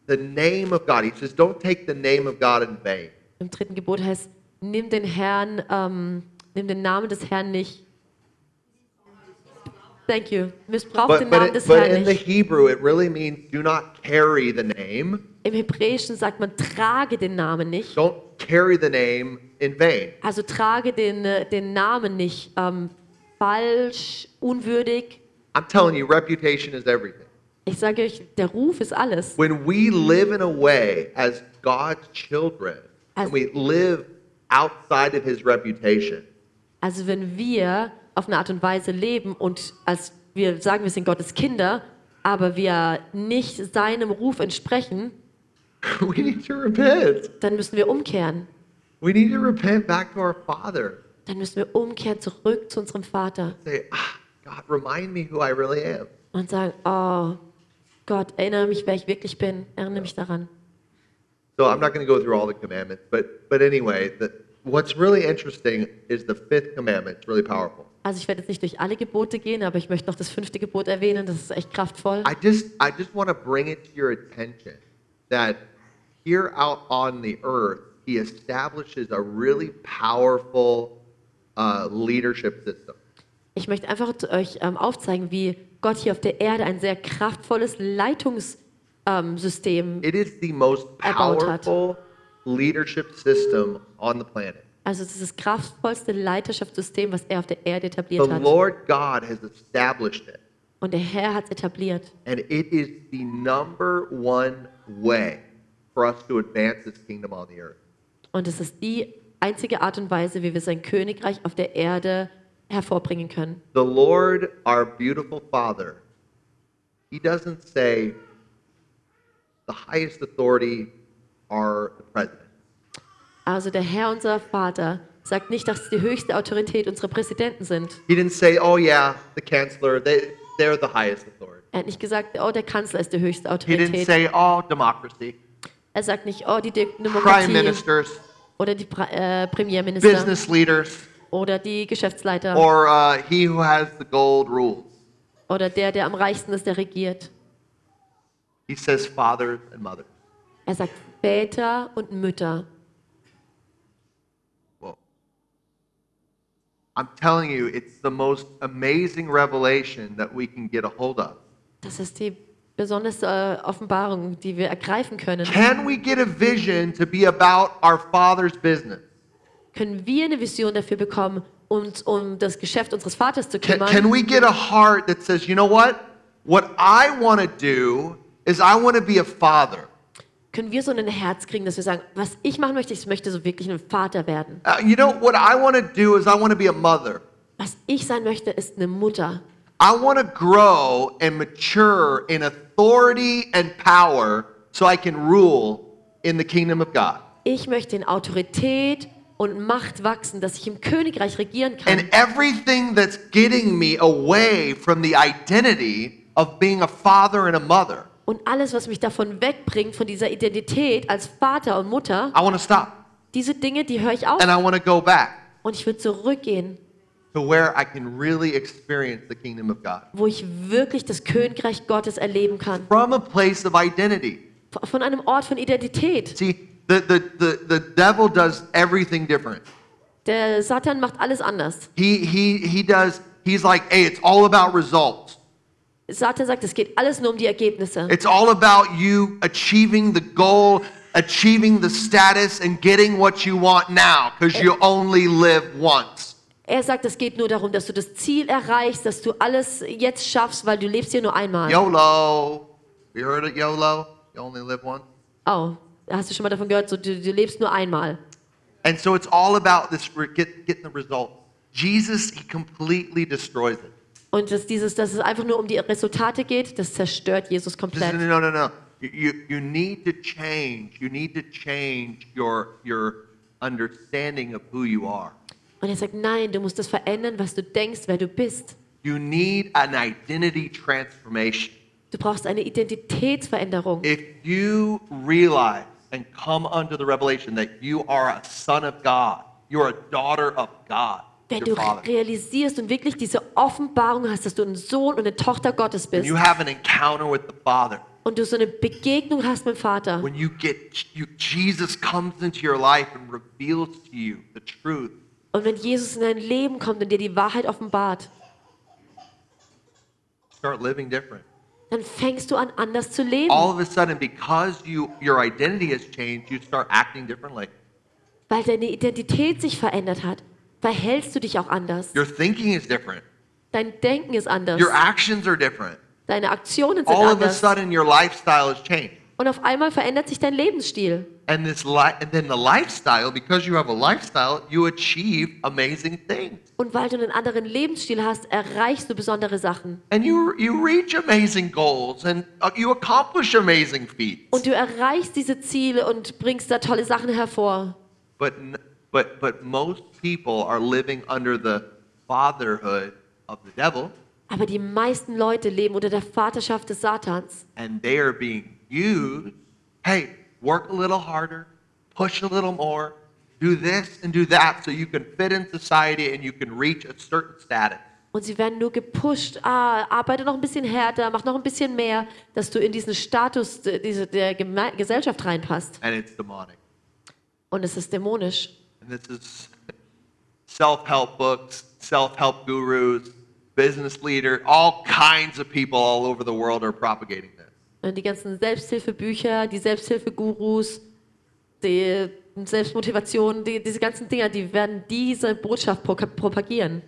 the name of God. He says, don't take the name of God in vain.
Im dritten Gebot heißt, nimm den Herrn, ähm, nimm den Namen des Herrn nicht. Thank you. Missbrauch den
But,
Namen
but, it-
des
but in
Herrn
the
nicht.
Hebrew, it really means do not carry the name.
Im Hebräischen sagt man, trage den Namen nicht.
Don't carry the name in vain.
Also trage den, äh, den Namen nicht ähm, falsch, unwürdig.
I'm telling you, reputation is everything.
Ich sage euch, der Ruf ist alles.
When we live in a way as God's children,
As-
and we live outside of his reputation,
Also wenn wir auf eine Art und Weise leben und als wir sagen, wir sind Gottes Kinder, aber wir nicht seinem Ruf entsprechen,
we need to repent.
dann müssen wir umkehren.
We need to repent back to our Father.
Dann müssen wir umkehren zurück zu unserem Vater
Say, ah, God, remind me who I really am.
und sagen, oh Gott, erinnere mich, wer ich wirklich bin. Erinnere mich daran.
So I'm not going to go through all the commandments, but but anyway, the, what's really interesting is the fifth commandment. It's really powerful.
Also ich werde jetzt nicht durch alle Gebote gehen, aber ich möchte noch das fünfte Gebot erwähnen. Das ist echt kraftvoll.
I just I just want to bring it to your attention that here out on the earth, he establishes a really powerful uh, leadership system.
Ich möchte einfach zu euch ähm, aufzeigen, wie Gott hier auf der Erde ein sehr kraftvolles Leitungssystem ähm, System
It is the most
About hat.
powerful leadership system on the planet.
Also es ist das kraftvollste Leiterschaftssystem, was er auf der Erde
The
etabliert hat.
Lord God has established it,
Und der Herr hat es etabliert.
and it is the number one way for us to advance His kingdom on the earth.
Und es ist die einzige Art und Weise, wie wir sein Königreich auf der Erde hervorbringen können.
The Lord, our beautiful Father, He doesn't say the highest authority are the president.
Also der Herr, unser Vater, sagt nicht, dass die höchste Autorität unsere Präsidenten sind.
He didn't say, oh yeah, the chancellor, they, they're the highest authority.
Er hat nicht gesagt, oh, der Kanzler ist die höchste
He didn't
Autorität.
say, oh, democracy,
Er sagt nicht, oh, die De-
prime
Demokratie
ministers,
oder die pra äh, Premierminister
business leaders,
oder die Geschäftsleiter
or uh, he who has the gold rules.
oder der, der am reichsten ist, der regiert.
He says fathers and mothers.
Er sagt Väter und Mütter.
Whoa. I'm telling you, it's the most amazing revelation that we can get a hold of.
Das ist die besonders äh, Offenbarung, die wir ergreifen können.
Can we get a vision to be about our Father's business?
Können wir eine Vision dafür bekommen, uns um das Geschäft unseres Vaters zu
Can,
kümmern?
can we get a heart that says, you know what? What I want to do is I want to be a father.
können wir so ein Herz kriegen, dass wir sagen, was ich machen möchte, ich möchte so wirklich ein Vater werden.
Uh, you know, what I want to do is I want to be a mother.
Was ich sein möchte, ist eine Mutter.
I want to grow and mature in authority and power so I can rule in the kingdom of God.
Ich möchte in Autorität und Macht wachsen, dass ich im Königreich regieren kann.
And everything that's getting me away from the identity of being a father and a mother,
und alles, was mich davon wegbringt, von dieser Identität als Vater und Mutter,
I want to stop.
diese Dinge, die höre ich auf.
And I want to go back.
Und ich will zurückgehen,
to where I can really experience the kingdom of God
wo ich wirklich das Königreich Gottes erleben kann.
from a place of identity.
von einem Ort von Identität.
See, the, the, the, the devil does everything different.
Der Satan macht alles anders.
He, he, he does, he's like, hey, it's all about results.
Satan sagt, es geht alles nur um die Ergebnisse.
It's all about you achieving the goal, achieving the status, and getting what you want now because you only live once.
Er sagt, es geht nur darum, dass du das Ziel erreichst, dass du alles jetzt schaffst, weil du lebst hier nur einmal.
YOLO. You heard it, YOLO? You only live once.
Oh, hast du schon mal davon gehört, so, du, du lebst nur einmal.
And so it's all about this re- get, getting the results. Jesus, he completely destroys it.
Und dass, dieses, dass es einfach nur um die Resultate geht, das zerstört Jesus
Just, no,
komplett.
no, no, no. You, you, you need to change. You need to change your, your understanding of who you are.
Und er sagt, nein, du musst das verändern, was du denkst, wer du bist.
You need an identity transformation.
Du brauchst eine Identitätsveränderung.
If you realize and come unto the revelation that you are a son of God. You're a daughter of God,
Wenn
your
du
Father.
realisierst und wirklich diese Offenbarung hast, dass du ein Sohn und eine Tochter Gottes
When
bist
you have an encounter with the Father,
und du so eine Begegnung hast mit dem Vater,
when you get you, Jesus comes into your life and reveals to you the truth,
Und wenn Jesus in dein Leben kommt und dir die Wahrheit offenbart,
start living different.
dann fängst du an, anders zu leben.
All of a sudden, because you your identity has changed, you start acting differently.
Weil deine Identität sich verändert hat, verhältst du dich auch anders.
Your thinking is different.
Dein Denken ist anders.
Your actions are different.
Deine Aktionen sind
All of a
anders.
sudden, your lifestyle has changed.
Und auf einmal verändert sich dein Lebensstil.
And this li- and then the lifestyle, because you have a lifestyle, you achieve amazing things.
Und weil du einen anderen Lebensstil hast, erreichst du besondere Sachen.
And you you reach amazing goals and uh, you accomplish amazing feats.
Und du erreichst diese Ziele und bringst da tolle Sachen hervor.
But n- but but most people are living under the fatherhood of the devil
Aber die meisten Leute leben unter der Vaterschaft des Satans.
and they are being used. Hey, work a little harder, push a little more, do this and do that so you can fit in society and you can reach a certain status.
Und sie werden nur gepusht, ah, arbeite noch ein bisschen härter, mach noch ein bisschen mehr, dass du in diesen Status äh, diese, der Geme Gesellschaft reinpasst.
And it's demonic.
Und es ist dämonisch.
And this is self-help books, self-help gurus, business leader, all kinds of people all over the world are propagating this.
Und die ganzen Selbsthilfebücher, die Selbsthilfegurus, die Selbstmotivation, die, diese ganzen Dinger, die werden diese Botschaft pro propagieren.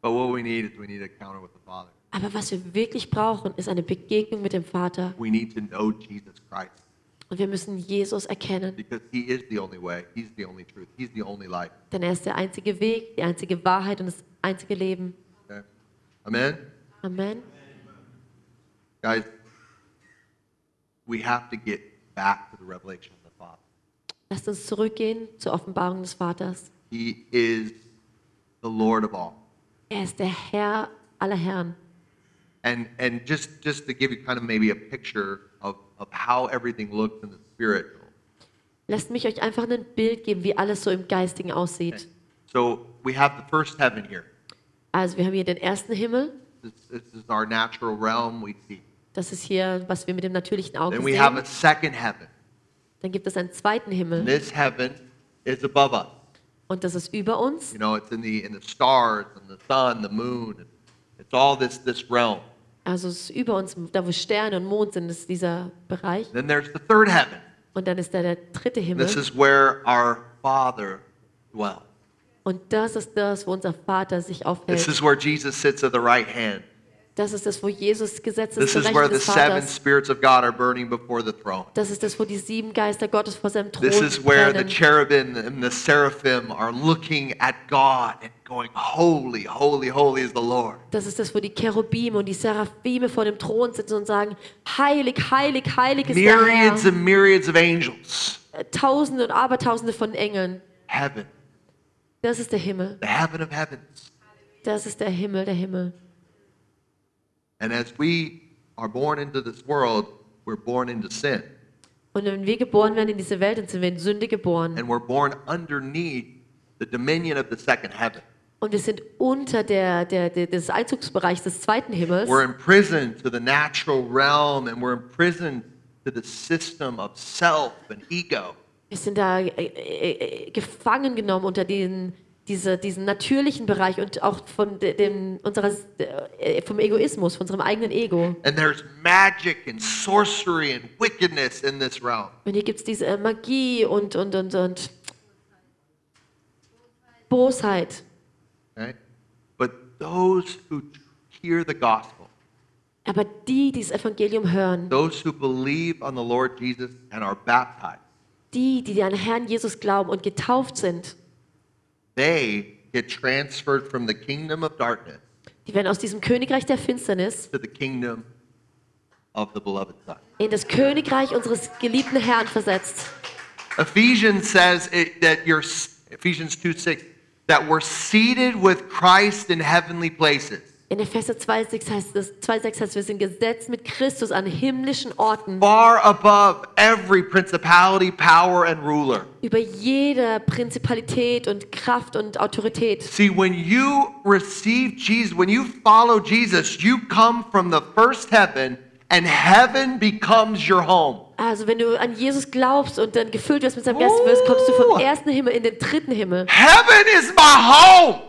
But what we need is we need an encounter with the Father.
Aber was wir wirklich brauchen, ist eine Begegnung mit dem Vater.
We need to know Jesus Christ
Und wir müssen Jesus erkennen,
because he is the only way, he's the only truth, he's the only life.
denn er ist der einzige Weg, die einzige Wahrheit und das einzige Leben.
Okay? Amen.
Amen.
Guys, we have to get back to the revelation of the Father.
Lasst uns zurückgehen zur Offenbarung des Vaters.
He is the Lord of all.
Er ist der Herr aller Herren.
And and just just to give you kind of maybe a picture of, of how everything looks in the spiritual.
Lasst mich euch einfach ein Bild geben, wie alles so im Geistigen aussieht.
So we have the first heaven here.
Also wir haben hier den ersten Himmel.
This, this is our natural realm we see.
Das ist hier, was wir mit dem natürlichen Auge
Then we have a
sehen.
second heaven.
Dann gibt es einen zweiten
And
Himmel.
this heaven is above us.
Und das ist über uns.
You know, it's in the in the stars and the sun, the moon. And it's all this this realm.
Also es ist über uns, da wo Sterne und Mond sind, ist dieser Bereich.
Then there's the third heaven.
Und dann ist da der dritte
This
Himmel.
is where our Father dwells.
Und das ist das, wo unser Vater sich
This
aufhält.
is where Jesus sits at the right hand.
Das ist das, wo Jesus Gesetz ist
This
zur
is where
Rechten
the
des
seven
Vaters.
spirits of God are burning before the throne.
Das ist das, wo die sieben Geister Gottes vor seinem Thron
This is where the
brennen.
cherubim and the seraphim are looking at God and going, Holy, holy, holy is the Lord.
Das ist das, wo die Cherubim und die Seraphime vor dem Thron sitzen und sagen, heilig, heilig, heilig ist der
Myriads
Herr.
and myriads of angels.
Äh, Tausende und Abertausende von Engeln.
Heaven,
Das ist der Himmel.
the heaven of heavens.
Das ist der Himmel, der Himmel.
And as we are born into this world, we're born into sin.
Und wenn wir geboren werden in diese Welt, dann sind wir in Sünde geboren.
And we're born underneath the dominion of the second heaven.
Und wir sind unter der, der, der, des Einzugsbereichs des zweiten Himmels.
We're imprisoned to the natural realm and we're imprisoned to the system of self and ego.
Wir sind da äh, äh, äh, gefangen genommen unter den, diese, diesen natürlichen Bereich und auch von de- dem, unserer, äh, vom Egoismus, von unserem eigenen Ego.
And there's magic and sorcery and wickedness in this realm.
Und hier gibt es diese äh, Magie und, und, und, und Bosheit.
Okay? But those who hear the gospel,
Aber die, die das Evangelium hören,
those who believe on the Lord Jesus and are baptized,
die, die an Herrn Jesus glauben und getauft sind,
they get transferred from the kingdom of darkness
die werden aus diesem Königreich der Finsternis
to the kingdom of the beloved Son.
in das Königreich unseres geliebten Herrn versetzt.
Ephesians says it, that you're, Ephesians 2 6, that we're seated with Christ in heavenly places.
In Epheser 2,6 heißt es, 2,6 heißt, wir sind gesetzt mit Christus an himmlischen Orten
far above every principality, power, and ruler.
über jede Prinzipalität und Kraft und Autorität.
See, when you receive Jesus, when you follow Jesus, you come from the first heaven, and heaven becomes your home.
Also wenn du an Jesus glaubst und dann gefüllt wirst mit seinem Geist, wirst, kommst du
Oh.
vom ersten Himmel in den dritten Himmel.
Heaven is my home,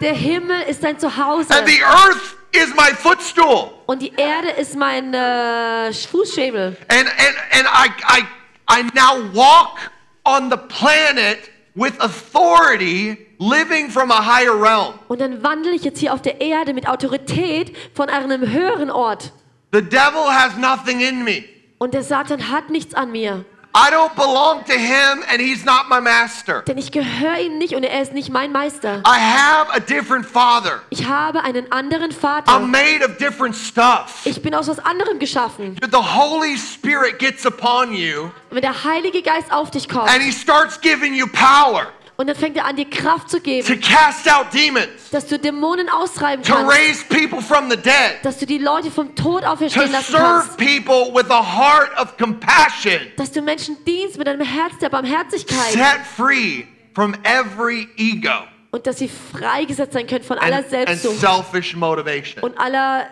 Der Himmel ist dein Zuhause
and the earth is my footstool.
und die Erde ist mein äh, Fußschäbel.
And and and I I I now walk on the planet with authority, living from a higher realm.
Und dann wandle ich jetzt hier auf der Erde mit Autorität von einem höheren Ort.
The devil has nothing in me.
Und der Satan hat nichts an mir,
I don't belong to him, and he's not my master.
denn ich gehöre ihm nicht und er ist nicht mein Meister.
I have a different father.
Ich habe einen anderen
I'm
Vater.
made of different stuff.
Ich bin aus was anderem geschaffen.
The Holy Spirit gets upon you
Wenn der Heilige Geist auf dich kommt
and he starts giving you power
und dann fängt er an, dir Kraft zu
to
geben,
cast out demons,
dass du Dämonen austreiben
to
kannst,
raise people from the dead,
dass du die Leute vom Tod
to
auferstehen lassen
serve
kannst,
people with a heart of compassion,
dass du Menschen dienst mit einem Herz der Barmherzigkeit
set free from every ego
und dass sie freigesetzt sein können von aller
and, and
Selbstsucht
selfish motivation.
und aller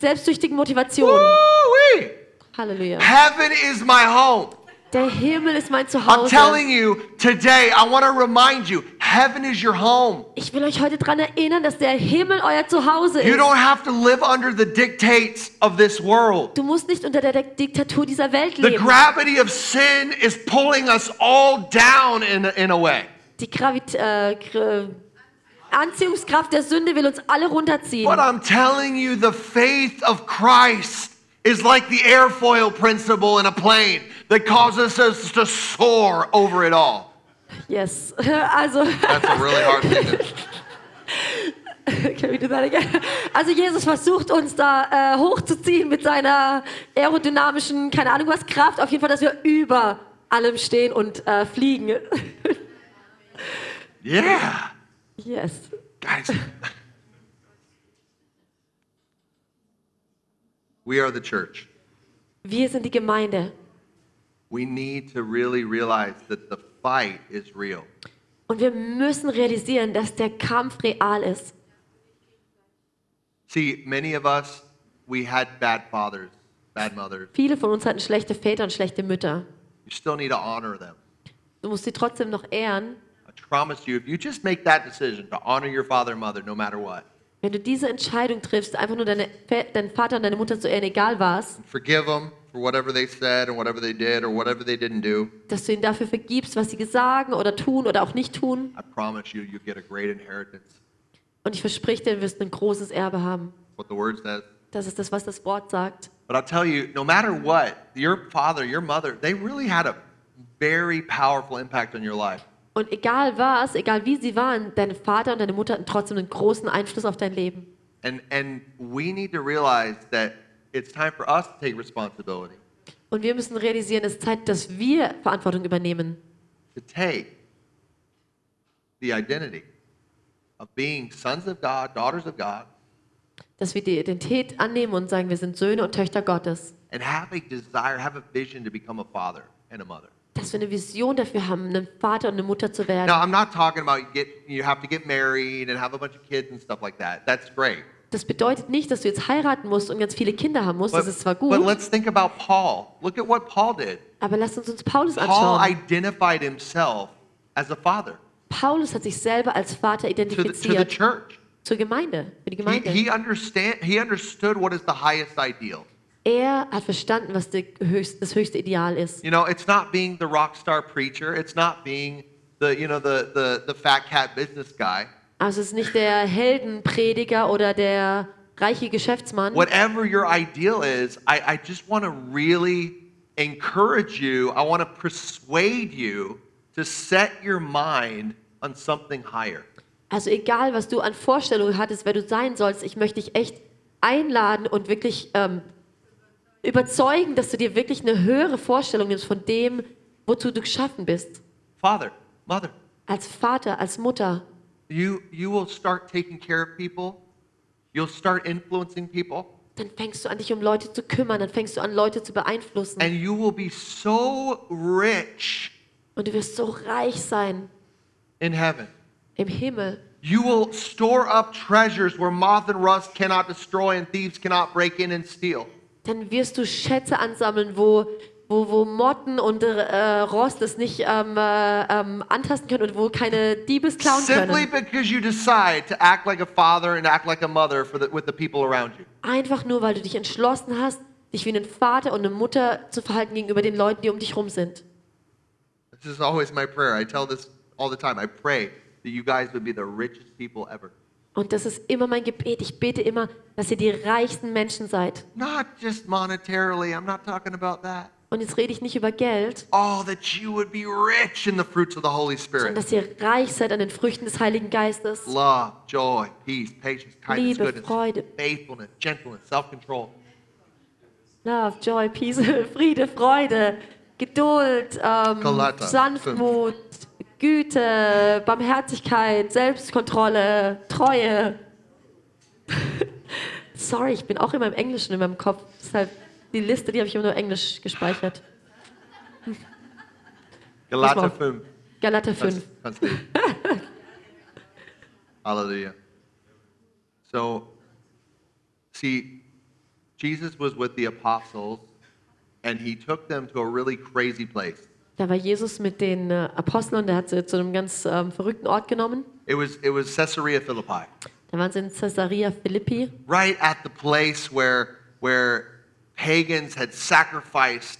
selbstsüchtigen Motivation.
Woo-wee.
Halleluja.
Heaven is my home.
Der Himmel ist mein
I'm
Zuhause.
telling you today, I want to remind you, heaven is your home.
Ich will euch heute daran erinnern, dass der Himmel euer Zuhause
You
ist.
don't have to live under the dictates of this world.
Du musst nicht unter der Dek- Diktatur dieser Welt
The
leben.
gravity of sin is pulling us all down in a, in a way.
Die Gravit äh, Gr- Anziehungskraft der Sünde will uns alle runterziehen.
But I'm telling you, the faith of Christ is like the airfoil principle in a plane that causes us to soar over it all.
Yes. Also,
That's a really hard thing. To,
can we do that again? also Jesus versucht uns da äh, hochzuziehen mit seiner aerodynamischen, keine Ahnung was, Kraft. Auf jeden Fall, dass wir über allem stehen und äh, fliegen.
yeah,
Yes.
guys. We are the church.
Wir sind die Gemeinde.
We need to really realize that the fight is real.
Und wir müssen realisieren, dass der Kampf real ist.
See, many of us, we had bad fathers, bad mothers.
Viele von uns hatten schlechte Väter und schlechte Mütter.
You still need to honor them.
Du musst sie trotzdem noch ehren.
I promise you, if you just make that decision to honor your father and mother no matter what,
Wenn du diese Entscheidung triffst, einfach nur deine, Vä- deinen Vater und deine Mutter zu ehren, egal was,
forgive them for whatever they said and whatever they did or whatever they didn't do,
dass du ihnen dafür vergibst, was sie sagen oder tun oder auch nicht tun.
I promise you, you get a great inheritance.
Und ich verspreche dir, du wirst ein großes Erbe haben.
That's what the word says.
Das ist das, was das Wort sagt.
But I'll tell you, no matter what, your father, your mother, they really had a very powerful impact on your life.
Und egal was, egal wie sie waren, dein Vater und deine Mutter hatten trotzdem einen großen Einfluss auf dein Leben.
And, and we need to realize that it's time for us to take responsibility,
Und wir müssen realisieren, es ist Zeit, dass wir Verantwortung übernehmen.
to take the identity of being sons of God, daughters of God,
Dass wir die Identität annehmen und sagen, wir sind Söhne und Töchter Gottes.
and have a desire, have a vision to become a father and a mother.
Dass wir eine Vision dafür haben, ein Vater und eine Mutter zu werden.
Now, I'm not talking about you, get, you have to get married and have a bunch of kids and stuff like that. That's great.
Das bedeutet nicht, dass du jetzt heiraten musst und ganz viele Kinder haben musst. das ist zwar
but
gut,
let's think about Paul. Look at what Paul did.
aber lass uns uns Paulus
Paul
anschauen.
identified himself as a father
Paulus hat sich selber als Vater
to the, to the
identifiziert
church.
zur Gemeinde, für die
He,
Gemeinde.
he, understand, he understood what is the highest ideal.
er hat verstanden, was der höchst, das höchste Ideal ist.
You know, it's not being the rock star preacher. It's not being the, you know, the, the, the fat cat business guy.
Also es ist nicht der Heldenprediger oder der reiche Geschäftsmann.
Whatever your ideal is, I, I just want to really encourage you. I want to persuade you to set your mind on something higher.
Also egal, was du an Vorstellungen hattest, wer du sein sollst, ich möchte dich echt einladen und wirklich ähm, überzeugen, dass du dir wirklich eine höhere Vorstellung nimmst von dem, wozu du geschaffen bist.
Father, mother,
Als Vater, als Mutter.
you, you will start taking care of people You'll start influencing people,
Dann fängst du an, dich um Leute zu kümmern. Dann fängst du an, Leute zu beeinflussen.
and you will be so rich
Und du wirst so reich sein
in heaven.
im Himmel.
You will store up treasures where moth and rust cannot destroy and thieves cannot break in and steal.
Dann wirst du Schätze ansammeln, wo, wo, wo Motten und äh, Rost es nicht ähm, äh, ähm, antasten können und wo keine Diebe es klauen
Simply
können.
because you decide to act like a father and act like a mother for the, with the people around you.
Einfach nur, weil du dich entschlossen hast, dich wie einen Vater und eine Mutter zu verhalten gegenüber den Leuten, die um dich rum sind.
This is always my prayer. I tell this all the time. I pray that you guys would be the richest people ever.
Und das ist immer mein Gebet. Ich bete immer, dass ihr die reichsten Menschen seid.
Not just monetarily, I'm not talking about that.
Und jetzt rede ich nicht über Geld,
Oh, that you would be rich in the fruits of the Holy
sondern
Spirit
dass ihr reich seid an den Früchten des Heiligen Geistes.
love, joy, peace, patience, kindness,
Liebe,
goodness,
Freude.
faithfulness, gentleness, self control.
Love, Joy, Peace, Friede, Freude, Geduld, ähm,
Galater
Sanftmut, Güte, Barmherzigkeit, Selbstkontrolle, Treue. Sorry, ich bin auch immer im Englischen in meinem Kopf. Deshalb die Liste, die habe ich immer nur Englisch gespeichert.
Galata
mal.
5.
Galater
Kannst-
5.
kannst lesen. Hallelujah. So, see, Jesus was with the apostles and he took them to a really crazy place.
Da war Jesus mit den äh, Aposteln und der hat sie zu einem ganz ähm, verrückten Ort genommen.
It was, it was Caesarea Philippi,
Da waren sie in Caesarea Philippi.
right at the place where, where pagans had sacrificed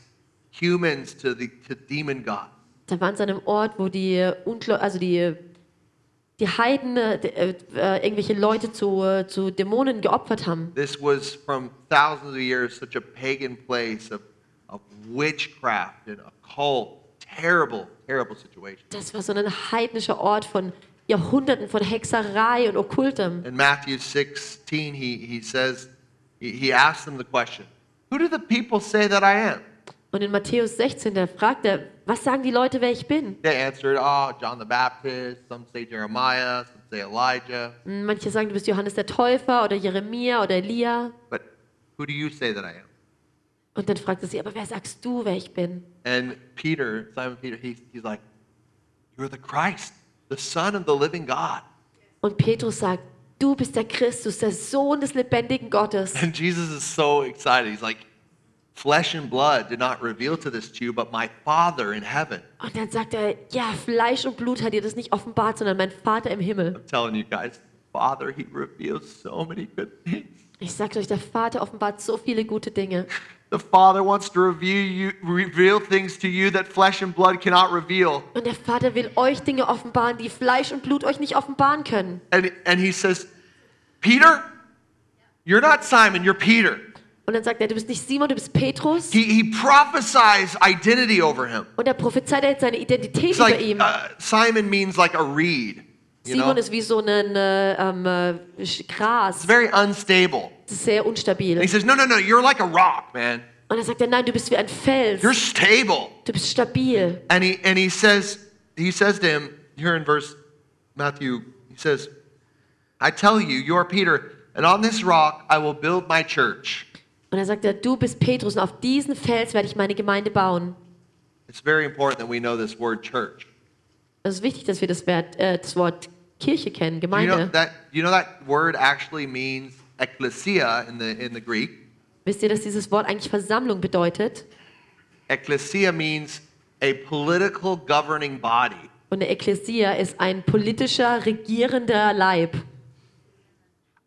humans to the to demon god.
Da waren sie an einem Ort, wo die Ungläu also die, die Heiden äh, d- äh, äh, irgendwelche Leute zu, äh, zu Dämonen geopfert haben.
This was from thousands of years such a pagan place of, of witchcraft and occult. Terrible, terrible situation.
Das war so ein heidnischer Ort von Jahrhunderten von Hexerei und Okkultem.
In Matthew 16, he, he says, he, he asks them the question, Who do the people say that I am?
Und in Matthäus 16, da fragt er, was sagen die Leute, wer ich bin?
They answered, Oh, John the Baptist, some say Jeremiah, some say Elijah.
Hm, Manche sagen, du bist Johannes der Täufer oder Jeremia oder Elia.
But who do you say that I am?
Und dann fragt er sie, aber wer sagst du, wer ich bin?
And Peter, Simon Peter, he, he's like, You're the Christ, the Son of the living God.
Und Petrus sagt, du bist der Christus, der Sohn des lebendigen Gottes.
And Jesus is so excited. He's like, Flesh and blood did not reveal to this to you, but my Father in heaven.
Und dann sagt er, ja, Fleisch und Blut hat dir das nicht offenbart, sondern mein Vater im Himmel.
I'm telling you guys, Father, he reveals so many good things.
Ich sag's euch, der Vater offenbart so viele gute Dinge.
The Father wants to reveal, you, reveal things to you that flesh and blood cannot reveal.
Und der Vater will euch Dinge offenbaren, die Fleisch und Blut euch nicht offenbaren können.
And, and he says, Peter, you're not Simon, you're Peter.
Und dann sagt er, du bist nicht Simon, du bist Petrus.
He, he prophesies identity over him.
Und er prophezeit jetzt seine Identität
It's
über
like
ihm.
uh, Simon means like a reed. You know?
Simon
It's
ist wie so ein äh, ähm, äh, Sch- Gras,
very unstable.
das ist sehr
And he
unstabil.
says, No, no, no, you're like a rock, man.
Und er sagt er, nein, du bist wie ein Fels,
You're stable.
du bist stabil.
And he and he says he says to him here in verse Matthew, he says, I tell you, you are Peter, and on this rock I will build my church.
Und er sagt er, du bist Petrus und auf diesen Fels werde ich meine Gemeinde bauen.
It's very important that we know this word church.
Es ist wichtig, dass wir das, Wert, äh, das Wort Kirche kennen,
Do you
Gemeinde.
know that you know that word actually means ecclesia in the in the Greek.
Wisst ihr, dass dieses Wort eigentlich Versammlung bedeutet?
Ecclesia means a political governing body.
Und eine Ekklesia ist ein politischer, regierender Leib.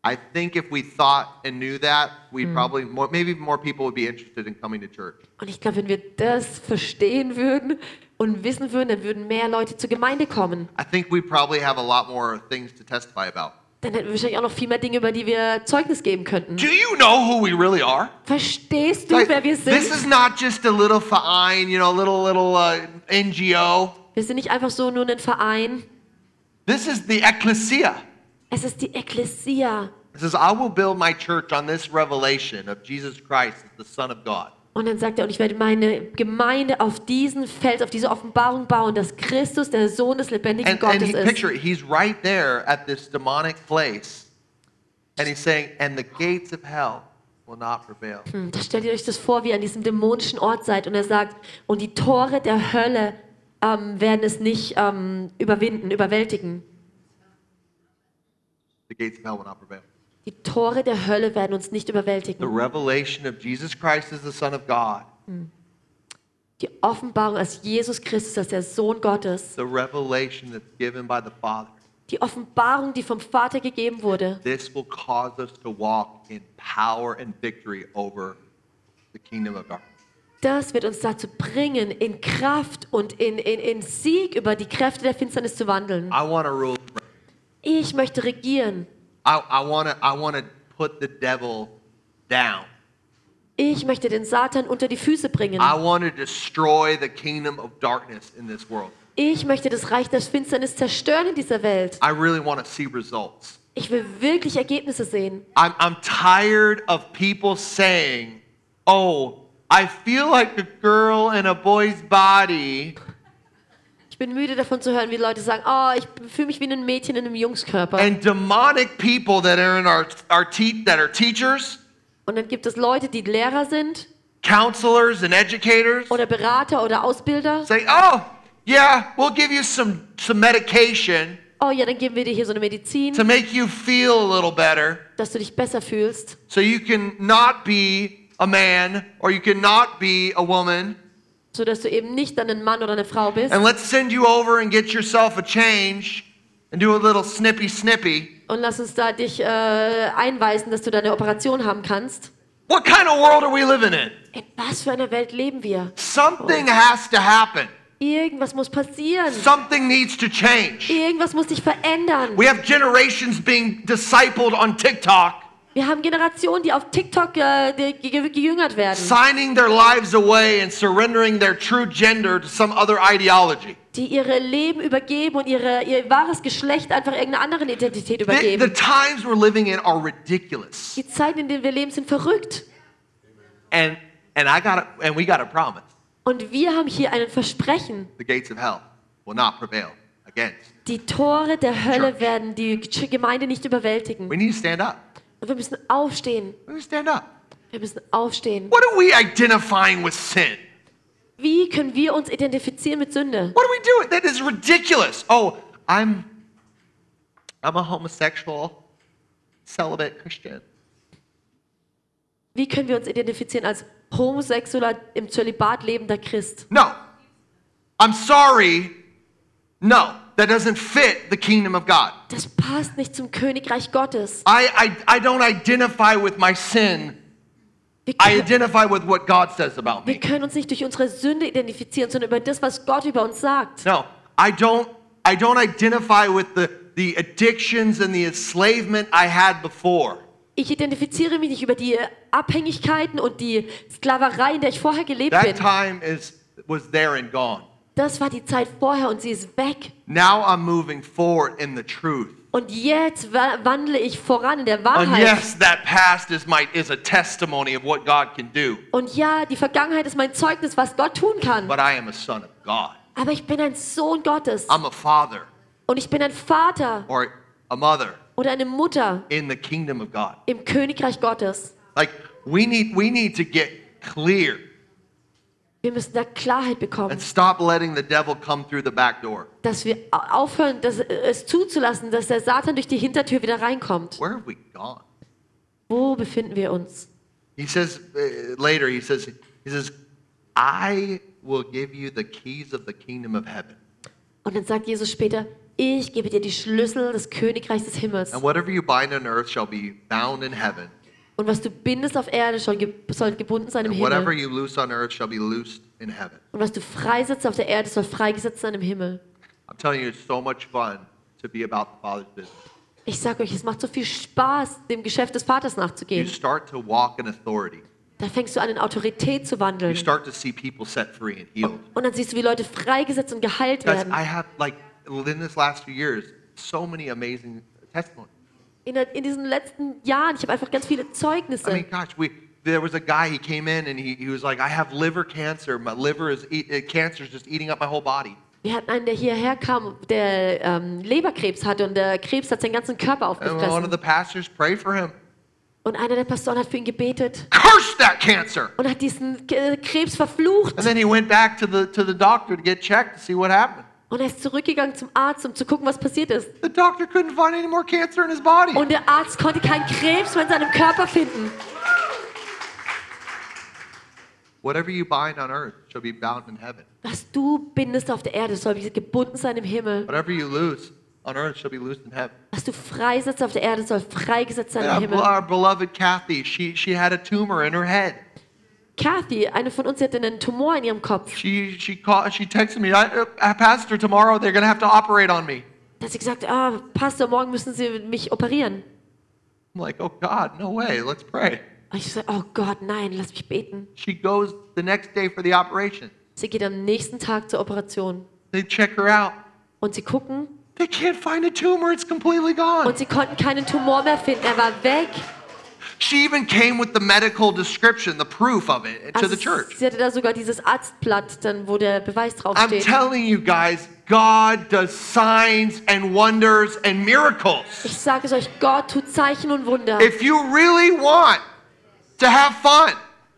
I think if we thought and knew that, we'd probably more, maybe more people would be interested in coming to church.
Und ich glaube, wenn wir das verstehen würden und wissen würden, dann würden mehr Leute zur Gemeinde kommen.
I think we probably have a lot more things to testify about.
Dann hätten wir wahrscheinlich auch noch viel mehr Dinge, über die wir Zeugnis geben könnten.
Do you know who we really are?
Verstehst du,
Like,
wer wir
this is
sind?
not just a little fine, you know, little little uh, NGO.
Wir sind nicht einfach so nur ein Verein.
This is the ecclesia.
Es ist die Ekklesia.
It says, "I will build my church on this revelation of Jesus Christ as the Son of God."
Und dann sagt er, und ich werde meine Gemeinde auf diesen Fels, auf diese Offenbarung bauen, dass Christus der Sohn des lebendigen
And, and
Gottes
he,
ist.
picture it, he's right there at this demonic place, And he's saying, and the gates of hell will not prevail.
Hm, Da stellt ihr euch das vor, wie ihr an diesem dämonischen Ort seid und er sagt, und die Tore der Hölle ähm, werden es nicht ähm, überwinden, überwältigen.
The gates of hell will not prevail.
Die Tore der Hölle werden uns nicht
The
überwältigen.
revelation of Jesus Christ as the Son of God,
Die Offenbarung als Jesus Christus, als der Sohn Gottes,
the revelation that's given by the Father,
die Offenbarung, die vom Vater gegeben wurde,
this will cause us to walk in power and victory over the kingdom of darkness.
das wird uns dazu bringen, in Kraft und in, in, in Sieg über die Kräfte der Finsternis zu wandeln.
I want to rule.
Ich möchte regieren.
I, I want to. I want to put the devil down.
Ich möchte den Satan unter die Füße bringen.
I want to destroy the kingdom of darkness in this world.
Ich möchte das Reich der Finsternis zerstören in dieser Welt.
I really want to see results.
Ich will wirklich Ergebnisse sehen.
I'm, I'm tired of people saying, oh, I feel like a girl in a boy's body.
Ich bin müde davon zu hören, wie Leute sagen, oh, ich fühle mich wie ein Mädchen in einem Jungskörper.
And demonic people that are in our, our te- that are teachers,
Und dann gibt es Leute, die Lehrer sind
counselors, and educators
oder Berater oder Ausbilder.
say, oh, yeah, we'll give you some, some medication
Oh ja, dann geben wir dir hier so eine Medizin,
to make you feel a little better
dass du dich besser fühlst,
so you can not be a man or you can not be a woman.
sodass du eben nicht dann ein Mann oder eine Frau bist.
And let's send you over and get yourself a change and do a little snippy snippy.
Und lass uns da dich äh, einweisen, dass du deine Operation haben kannst.
What kind of world are we living in?
In was für einer Welt leben wir?
Something has to happen.
Irgendwas muss passieren.
Something needs to change.
Irgendwas muss sich verändern.
We have generations being discipled on TikTok,
Wir haben Generationen, die auf TikTok äh, die- ge- gejüngert werden,
signing their lives away and surrendering their true gender to some other ideology.
die ihre Leben übergeben und ihre, ihr wahres Geschlecht einfach irgendeiner anderen Identität
The, the
übergeben.
times we're living in are ridiculous.
Die Zeiten, in denen wir leben, sind verrückt.
And and I got and we got a promise.
Und wir haben hier ein Versprechen.
The gates of hell will not prevail against.
Die Tore der Hölle
Church.
werden die Ch- Gemeinde nicht überwältigen.
We need to stand up.
Und wir müssen aufstehen.
We need to stand up.
Wir müssen aufstehen.
What are we identifying with sin?
Wie können wir uns identifizieren mit Sünde?
What are we doing? That is ridiculous. Oh, I'm I'm a homosexual celibate Christian.
Wie können wir uns identifizieren als homosexueller, im Zölibat lebender Christ?
No. I'm sorry. No, that doesn't fit the kingdom of God.
Das passt nicht zum Königreich Gottes.
I I, I don't identify with my sin.
Wir
I
können,
identify with what God says about
wir
me.
können uns nicht durch unsere Sünde identifizieren, sondern über das, was Gott über uns sagt.
No, I don't I don't identify with the, the addictions and the enslavement I had before.
Ich identifiziere mich nicht über die Abhängigkeiten und die Sklaverei, in der ich vorher gelebt
That
bin.
time is was there and gone.
Das war die Zeit vorher und sie ist weg.
Now I'm moving forward in the truth.
Und jetzt wa- wandle ich voran in der
And
Wahrheit.
yes, that past is my is a testimony of what God can do.
Und ja, die Vergangenheit ist mein Zeugnis, was Gott tun kann.
But I am a son of God.
Aber ich bin ein Sohn Gottes.
I'm a father
Und ich bin ein Vater
or a mother
oder eine Mutter
in the kingdom of God.
im Königreich Gottes.
Like we need we need to get clear
Wir müssen da Klarheit bekommen.
and stop letting the devil come through the back door.
dass wir au- aufhören, dass, es zuzulassen, dass der Satan durch die Hintertür wieder reinkommt.
Where have we gone?
Wo befinden wir uns?
He says uh, later he says he says I will give you the keys of the kingdom of heaven.
Und dann sagt Jesus später, ich gebe dir die Schlüssel des Königreichs des Himmels.
And whatever you bind on earth shall be bound in heaven.
Und was du bindest auf Erde, schon ge soll gebunden sein im
And whatever
Himmel.
you loose on earth shall be loosed in heaven.
Und was du freisetzt auf der Erde, soll freigesetzt sein im Himmel.
I'm telling you, it's so much fun to be about the Father's business.
Ich sag euch, es macht so viel Spaß, dem Geschäft des Vaters
You
nachzugehen.
start to walk in authority.
Da fängst du an, in Autorität zu
You
wandeln.
start to see people set free and healed.
Und dann siehst du, wie Leute freigesetzt und geheilt
Guys,
werden.
I have, like, within this last few years, so many amazing testimonies.
In, der, in diesen letzten Jahren, ich habe einfach ganz viele Zeugnisse.
I mean, gosh, we, there was a guy, he e, came in and he, he was like, I have liver cancer. My liver is, eat, uh, cancer is just eating up my whole body.
Wir hatten einen, der hierher kam, der ähm, Leberkrebs hatte und der Krebs hat seinen ganzen Körper
And one of
aufgefressen.
the pastors prayed for him.
Und einer der Pastoren hat für ihn gebetet
Curse that cancer!
und hat diesen K- äh, Krebs verflucht.
And then he went back to the, to the doctor to get checked to see what happened.
Und er ist zurückgegangen zum Arzt, um zu gucken, was passiert ist.
The doctor couldn't find any more cancer in his body.
Und der Arzt konnte keinen Krebs mehr in seinem Körper finden.
Whatever you bind on earth shall be bound in heaven.
Was du bindest auf der Erde, soll gebunden sein im Himmel.
Whatever you loose on earth shall be loosed in heaven.
Was du freisetzt auf der Erde, soll freigesetzt sein im
And Our,
Himmel.
our beloved Kathy, she, she had a tumor in her head.
Kathy, eine von uns, die hatte einen Tumor in ihrem Kopf.
She, she, called, she texted me, I, uh, Pastor, tomorrow they're going to have to operate on me.
Da hat sie gesagt, ah, Pastor, morgen müssen sie mich operieren.
I'm like, oh God, no way, let's pray.
Und ich so, oh Gott, nein, lass mich beten.
She goes the next day for the operation.
Sie geht am nächsten Tag zur Operation.
They check her out.
Und sie gucken
They can't find a tumor, it's completely gone.
und sie konnten keinen Tumor mehr finden. Er war weg.
She even came with the medical description, the proof of it, to
Also
the church.
sie hatte da sogar dieses Arztblatt, dann, wo der Beweis
I'm
draufsteht.
telling you guys, God does signs and wonders and miracles.
Ich sage es euch, Gott tut Zeichen und Wunder.
If you really want to have fun,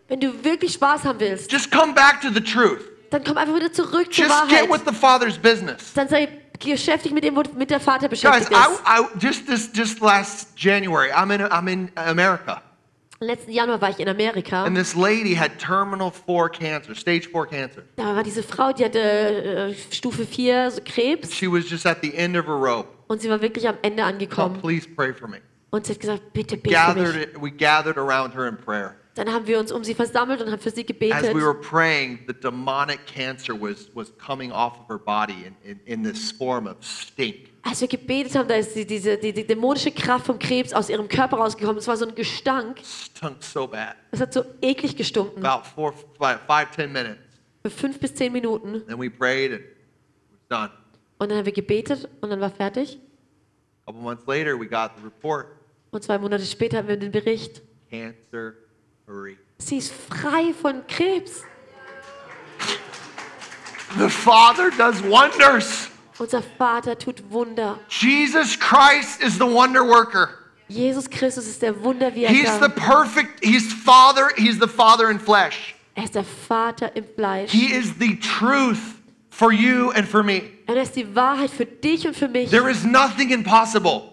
Wenn du wirklich Spaß haben willst,
just come back to the truth.
dann komm einfach wieder zurück zur
Just get with
Wahrheit.
the Father's business.
Dann sei beschäftigt mit dem, wo- mit der Vater
Guys,
beschäftigt ist.
I, I, just this just last January, I'm in I'm in America,
Im letzten Januar war ich in Amerika.
and this lady had terminal four cancer, stage four cancer.
Da war diese Frau, die hatte äh, Stufe 4 so Krebs
She was just at the end of her rope.
und sie war wirklich am Ende
Oh,
angekommen.
please pray for me.
Und sie hat gesagt, bitte bete für mich.
Gathered, we gathered around her in prayer.
Dann haben wir uns um sie versammelt und haben für sie
As
gebetet.
we were praying, the demonic cancer was, was coming off of her body in, in, in this form of stink.
Als wir gebetet haben, da ist die, diese, die, die dämonische Kraft vom Krebs aus ihrem Körper rausgekommen. Es war so ein Gestank.
Stunk so bad.
Es hat so eklig gestunken.
About four, five, five, ten minutes.
Für fünf bis zehn Minuten.
Then we prayed and it was done.
Und dann haben wir gebetet und dann war fertig.
A couple months later, we got the report.
Und zwei Monate später haben wir den Bericht.
Cancer free.
Sie ist frei von Krebs.
The Father does wonders.
Unser Vater tut Wunder.
Jesus Christ is the wonder worker.
Jesus Christus ist der
He's the
Wunderwirker.
perfect, he's Father, he's the Father in flesh.
Er ist der Vater im Fleisch.
He is the truth for you and for me.
Er ist die Wahrheit für dich und für mich.
There is nothing impossible.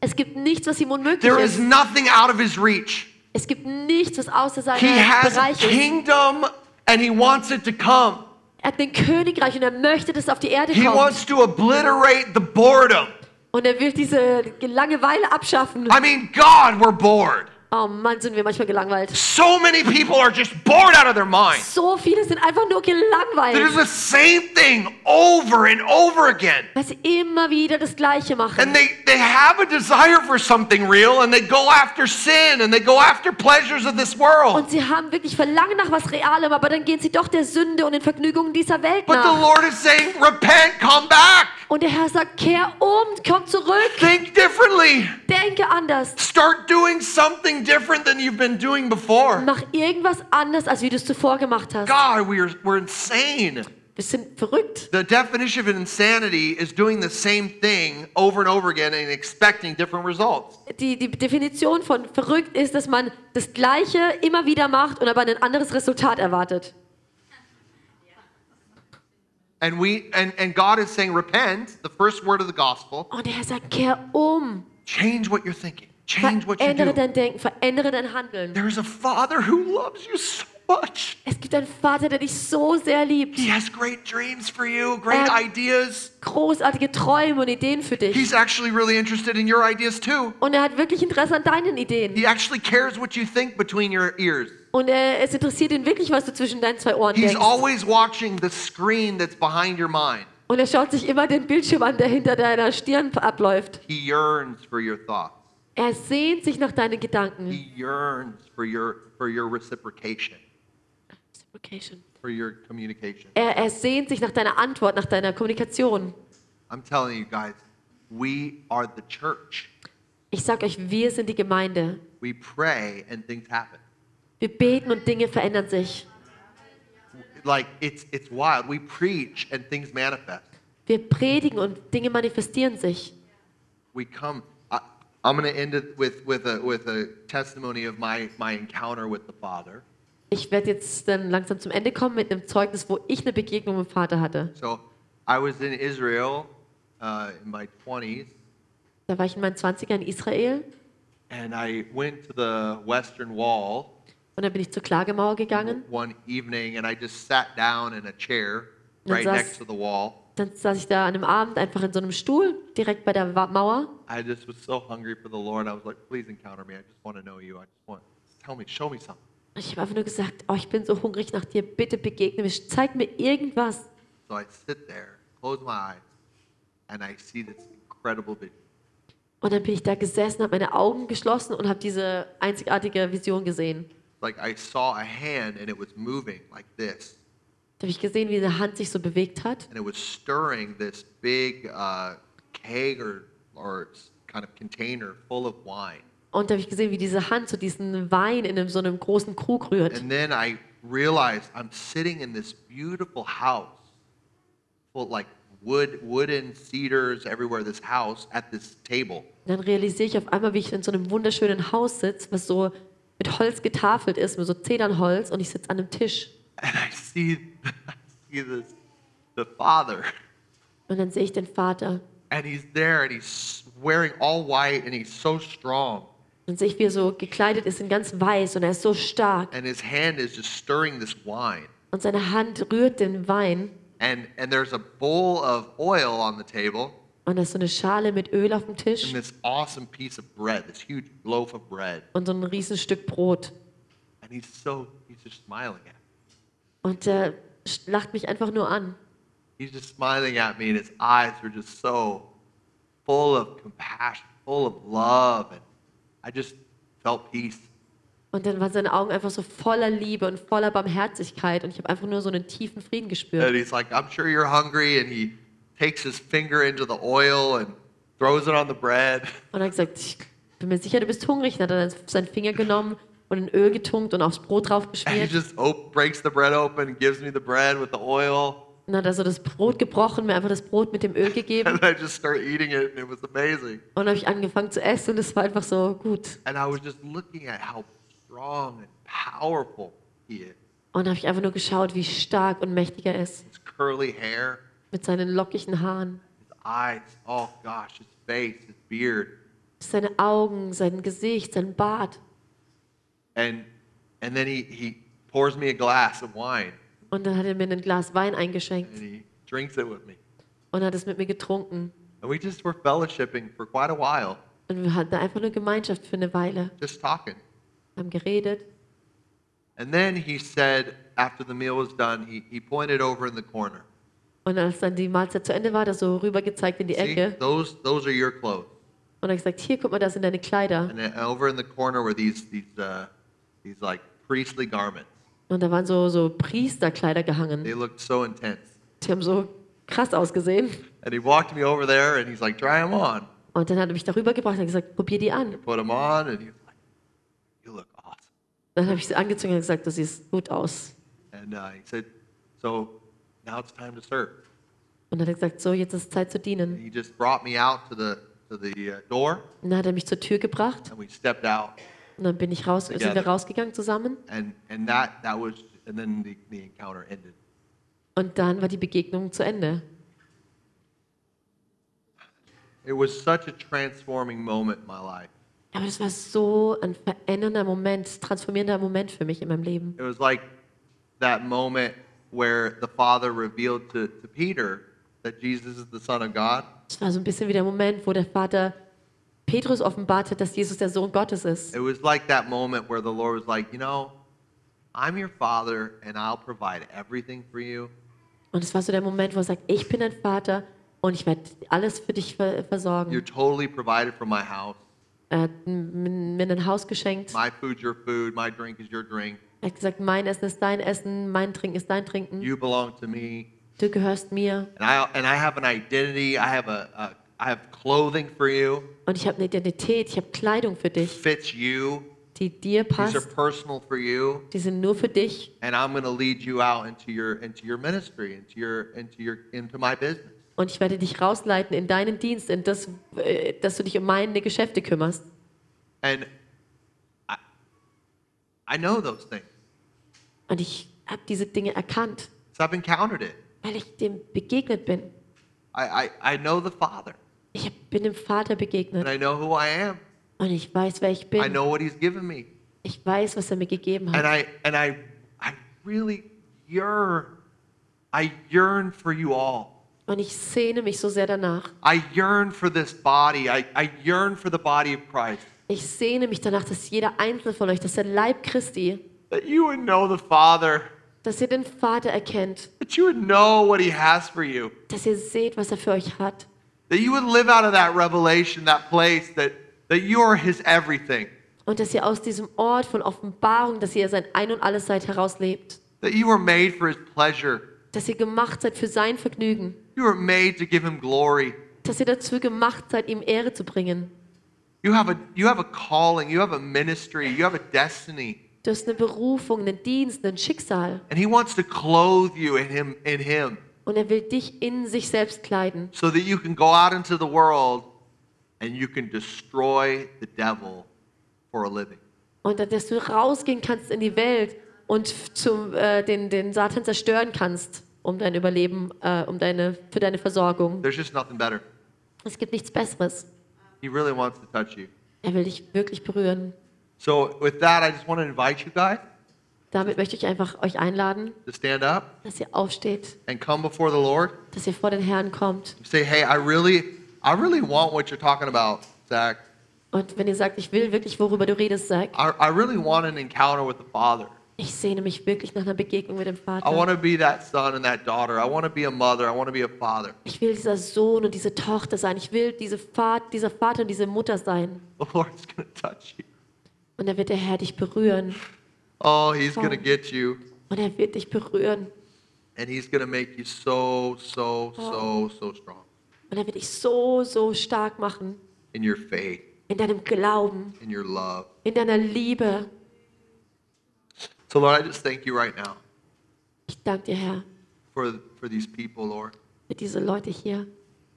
Es gibt nichts, was ihm unmöglich
There is
ist.
nothing out of his reach.
Es gibt nichts, was außer seinem
He has a
Bereich ist.
kingdom and he wants it to come.
Er hat den Königreich und er möchte, dass es auf die Erde
He
kommt.
wants to obliterate the boredom.
Und er will diese Langeweile abschaffen.
I mean, God, we're bored.
Oh Mann, sind wir manchmal gelangweilt.
So many people are just bored out of their mind.
So viele sind einfach nur
There's
gelangweilt,
the same thing over and over again.
weil sie immer wieder das Gleiche machen.
And they, they have a desire for something real and they go after sin and they go after pleasures of this world.
Und sie haben wirklich Verlangen nach was Realem, aber dann gehen sie doch der Sünde und den Vergnügungen dieser Welt
But the
nach.
Lord is saying, repent, come back,
Und der Herr sagt, kehr um, komm zurück,
think differently.
denke anders.
Start doing something different than you've been doing before.
Mach irgendwas anders, als wie du es zuvor gemacht hast.
God, we're, we're insane.
Wir sind verrückt.
The definition of insanity is doing the same thing over and over again and expecting different results.
Die, die Definition von verrückt ist, dass man das Gleiche immer wieder macht und aber ein anderes Resultat erwartet.
And we and, and God is saying, repent, the first word of the gospel.
Und der Herr sagt, kehr um.
Change what you're thinking. Change what you
Verändere
do.
dein Denken, verändere dein Handeln.
There is a father who loves you so much.
Es gibt einen Vater, der dich so sehr liebt.
He has great dreams for you, great
Er-
ideas.
Großartige Träume und Ideen für dich.
He's actually really interested in your ideas too.
Und er hat wirklich Interesse an deinen Ideen.
He actually cares what you think between your ears.
Und äh, es interessiert ihn wirklich, was du zwischen deinen zwei Ohren
He's
denkst.
always watching the screen that's behind your mind.
Und er schaut sich immer den Bildschirm an, der hinter deiner Stirn abläuft.
He yearns for your thoughts.
Er sehnt sich nach deinen Gedanken.
He yearns for your for your reciprocation,
Reciprocation.
for your communication.
Er, er sehnt sich nach deiner Antwort, nach deiner Kommunikation.
I'm telling you guys, we are the church.
Ich sag euch, wir sind die Gemeinde.
We pray and things happen.
Wir beten und Dinge verändern sich.
Like it's it's wild. We preach and things manifest.
Wir predigen und Dinge manifestieren sich.
we come. I, I'm going to end it with, with, a, with a testimony of my, my encounter with the Father.
Ich werde jetzt dann langsam zum Ende kommen mit einem Zeugnis, wo ich eine Begegnung mit dem Vater hatte.
So I was in Israel uh, in my 20s,
Da war ich in meinen 20er in Israel
and I went to the Western Wall
und dann bin ich zur Klagemauer gegangen.
one evening, and I just sat down in a chair right
That's-
next to the wall.
Dann saß ich da an einem Abend einfach in so einem Stuhl direkt bei der Wa- Mauer
I just was so hungry for the Lord. I was like, please encounter me. I just want to know you. I just want, tell me, show me something.
und ich habe einfach nur gesagt, oh, ich bin so hungrig nach dir, bitte begegne mir, zeig mir irgendwas.
So I sit there, close my eyes, and I see this incredible vision.
Und dann bin ich da gesessen, habe meine Augen geschlossen und habe diese einzigartige Vision gesehen.
like I saw a hand and it was moving like this,
Da habe ich gesehen, wie diese Hand sich so bewegt hat
and it was stirring this big uh, keg or, or s- kind of container full of wine.
und da habe ich gesehen, wie diese Hand so diesen Wein in einem, so einem großen Krug rührt.
And then I realized I'm sitting in this beautiful house, full like wood, wooden cedars everywhere. This house at this table,
Und dann realisiere ich auf einmal, wie ich in so einem wunderschönen Haus sitze, was so mit Holz getafelt ist, mit so Zedernholz und ich sitze an einem Tisch.
and I see, I see this, the father,
Und dann sehe ich den Vater.
and he's there, and he's wearing all white, and he's so strong.
Dann sehe ich, wie er so gekleidet ist in ganz weiß und er ist so stark.
and his hand is just stirring this wine.
Und seine Hand rührt den Wein
And and there's a bowl of oil on the table
und da ist so eine Schale mit Öl auf dem
and
Tisch
this awesome piece of bread, this huge loaf of bread.
und so ein riesen Stück Brot.
And he's so he's just smiling at me.
Und er sch- lacht mich einfach nur an.
He's just smiling at me and his eyes were just so full of compassion, full of love and I just felt peace.
Und dann waren seine Augen einfach so voller Liebe und voller Barmherzigkeit und ich habe einfach nur so einen tiefen Frieden
And
gespürt.
he's like, "I'm sure you're hungry." And he takes his finger into the oil and throws it on the bread.
Und er hat gesagt, ich bin mir sicher, du bist hungrig. Und hat dann seinen Finger genommen und in Öl getunkt und aufs Brot
And he
draufgeschmiert.
just op- breaks the bread open and gives me the bread with the oil.
Und dann hat er so das Brot gebrochen, mir einfach das Brot mit dem Öl gegeben.
and I just started eating it, and it was amazing.
Und habe ich angefangen zu essen und es war einfach so gut.
And I was just looking at how strong and powerful he is.
Und habe ich einfach nur geschaut, wie stark und mächtig er ist.
His curly hair,
Mit seinen lockigen Haaren,
his eyes, oh gosh, his face, his beard,
seine Augen, sein Gesicht, sein Bart.
and and then he he pours me a glass of wine
Und dann hat er mir ein Glas Wein eingeschenkt
and he drinks it with me.
und hat es mit mir getrunken.
And we just were fellowshipping for quite a while,
Und wir hatten einfach nur Gemeinschaft für eine Weile,
just talking.
haben geredet.
And then he said, after the meal was done, he, he pointed over in the corner.
Und als dann die Mahlzeit zu Ende war, hat er so rüber gezeigt in die
See,
Ecke
those those are your clothes.
und hat gesagt, hier, guck mal, das sind deine Kleider.
And then over in the corner were these these uh, these like priestly garments.
Und da waren so, so Priesterkleider gehangen.
They looked so intense.
Die haben so krass ausgesehen.
And he walked me over there and he's like, "Try them on."
Und dann hat er mich darüber gebracht und hat gesagt, probier die an.
I put them on and he was like, "You look awesome."
Dann habe ich sie angezogen und gesagt, du siehst gut aus.
And uh, he said, "So now it's time to serve."
Und dann hat er gesagt, so, jetzt ist Zeit zu
And
dienen.
he just brought me out to the to the uh, door
Und dann hat er mich zur Tür gebracht
and we stepped out
und dann bin ich raus, sind wir
Together.
rausgegangen zusammen.
and and that that was and then the, the encounter ended.
Und dann war die Begegnung zu Ende.
It was such a transforming moment in my life.
Aber es war so ein verändernder Moment, transformierender Moment für mich in meinem Leben.
It was like that moment where the Father revealed to, to Peter that Jesus is the Son of God.
Es war so ein bisschen wie der Moment, wo der Vater Petrus offenbart hat, dass Jesus der Sohn Gottes ist.
It was like that moment where the Lord was like, you know, I'm your Father and I'll provide everything for you.
Und es war so der Moment, wo er sagt, ich bin dein Vater und ich werde alles für dich ver
You're
versorgen.
totally provided for my house.
Er hat m- mir ein Haus geschenkt.
My food's your food. My drink is your drink.
Er hat gesagt, mein Essen ist dein Essen, mein Trinken ist dein Trinken.
You belong to me.
Du gehörst mir.
And I, and I have an identity. I have, a, a, I have clothing for you.
Und ich habe eine Identität, ich habe Kleidung für
It
dich,
fits you.
die dir
These are
passt.
personal for you.
Die sind nur für dich.
and I'm going to lead you out into your into your ministry, into your into your into my business.
Und ich werde dich rausleiten in deinen Dienst, in das, äh, dass du dich um meine Geschäfte kümmerst.
And I, I know those things.
Und ich habe diese Dinge erkannt,
So I've encountered it.
weil ich dem begegnet bin.
I, I, I know the Father,
Ich hab- bin dem Vater
and
begegnet
I know who I am.
und ich weiß, wer ich
I
bin.
know what He's given me,
Ich weiß, was er mir gegeben
and
hat.
I and I I really yearn. I yearn for you all.
Und ich sehne mich so sehr danach.
I yearn for this body. I, I yearn for the body of Christ.
Ich sehne mich danach, dass jeder Einzelne von euch, dass der Leib Christi,
That you would know the Father.
dass ihr den Vater erkennt,
That you would know what He has for you.
dass ihr seht, was er für euch hat,
That you would live out of that revelation, that place that that you are His everything.
und dass ihr aus diesem Ort von Offenbarung, dass ihr sein Ein und Alles seid, herauslebt.
That you were made for His pleasure.
Dass ihr gemacht seid für sein Vergnügen.
You were made to give Him glory.
Dass ihr dazu gemacht seid, ihm Ehre zu bringen.
You have a you have a calling, you have a ministry, you have a destiny,
Du hast eine Berufung, einen Dienst, ein Schicksal.
and he wants to clothe you in him in him
Und er will dich in sich selbst kleiden,
so that you can go out into the world and you can destroy the devil for a living.
Und dann, dass du rausgehen kannst in die Welt und f- zum, äh, den, den Satan zerstören kannst, um dein Überleben, äh, um deine, für deine Versorgung.
There's just nothing better.
Es gibt nichts Besseres.
He really wants to touch you.
Er will dich wirklich berühren.
So with that, I just want to invite you guys
Damit möchte ich einfach euch einladen,
to stand up
dass ihr aufsteht,
and come before the Lord
dass ihr vor den Herrn kommt.
and say, "Hey, I really I really want what you're talking about, Zach.
Und wenn ihr sagt, ich will wirklich, worüber du redest, sag,
I, I really want an encounter with the Father."
ich sehne mich wirklich nach einer Begegnung mit dem
I want
Vater.
to be that son and that daughter. I want to be a mother. I want to be a father.
Ich will dieser Sohn und diese Tochter sein. Ich will diese Vater, dieser Vater und diese Mutter sein.
The Lord's going to touch you.
Und dann wird der Herr dich berühren.
Oh, he's going to
Oh.
get you
Und er wird dich berühren.
and he's going to make you so, so, so, so strong
Und er wird dich so, so stark machen.
in your faith,
In deinem Glauben,
in your love.
in deiner Liebe.
So, Lord, I just thank you right now
Ich danke dir, Herr,
for, for these people, Lord,
für diese Leute hier,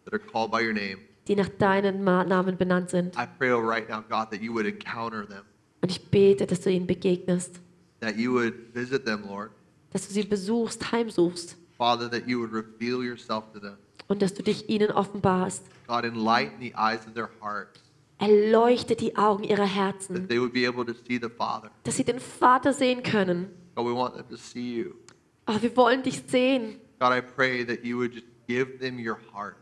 that are called by your name.
die nach deinen Ma- Namen benannt sind.
I pray oh, right now, God, that you would encounter them,
Und ich bete, dass du ihnen begegnest,
that you would visit them, Lord.
dass du sie besuchst, heimsuchst
Father, that you would reveal yourself to them.
und dass du dich ihnen offenbarst.
God, enlighten the eyes of their hearts,
Erleuchte die Augen ihrer
that
Herzen,
they would be able to see the Father.
dass sie den Vater sehen können.
God, we want them to see you.
Oh, wir wollen dich sehen.
God, I pray that you would just give them your heart.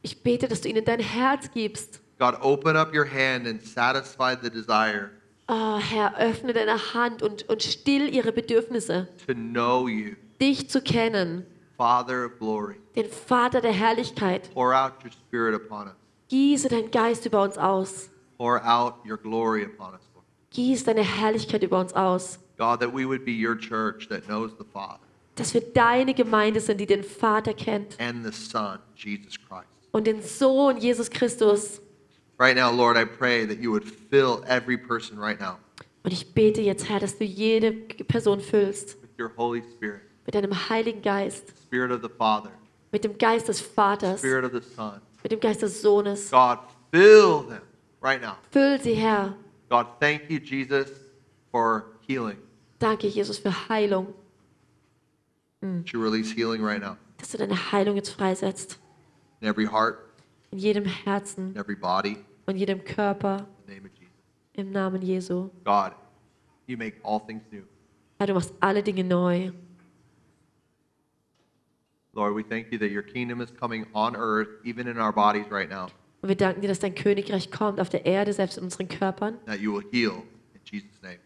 Ich bete, dass du ihnen dein Herz gibst.
God, open up your hand and satisfy the desire
Oh, Herr, öffne deine Hand und, und still ihre Bedürfnisse,
to know you,
dich zu kennen.
Father of glory.
den Vater der Herrlichkeit.
Pour out your spirit upon us.
Gieße deinen Geist über uns aus.
Pour out your glory upon us, Lord.
Gieß deine Herrlichkeit über uns aus.
God, that we would be your church that knows the Father
Dass wir deine Gemeinde sind, die den Vater kennt
and the Son, Jesus Christ.
und den Sohn Jesus Christus.
Right now, Lord, I pray that you would fill every person right now
Und ich bete jetzt, Herr, dass du jede Person füllst
with your Holy Spirit,
mit deinem Heiligen Geist,
Spirit of the Father,
mit dem Geist des Vaters,
Spirit of the Son.
mit dem Geist des Sohnes.
God, fill them right now.
Füll sie, Herr.
God, thank you, Jesus, for healing.
Danke, Jesus, für Heilung,
Would you release healing right now
dass du deine Heilung jetzt freisetzt.
in every heart,
In jedem Herzen
in every body, in
und jedem Körper
the name of Jesus.
im Namen Jesu.
God, you make all things new.
Herr, du machst alle Dinge neu.
Lord, we thank you that your kingdom is coming on earth, even in our bodies right now,
Und wir danken dir, dass dein Königreich kommt auf der Erde, selbst in unseren Körpern.
that you will heal in Jesus' name.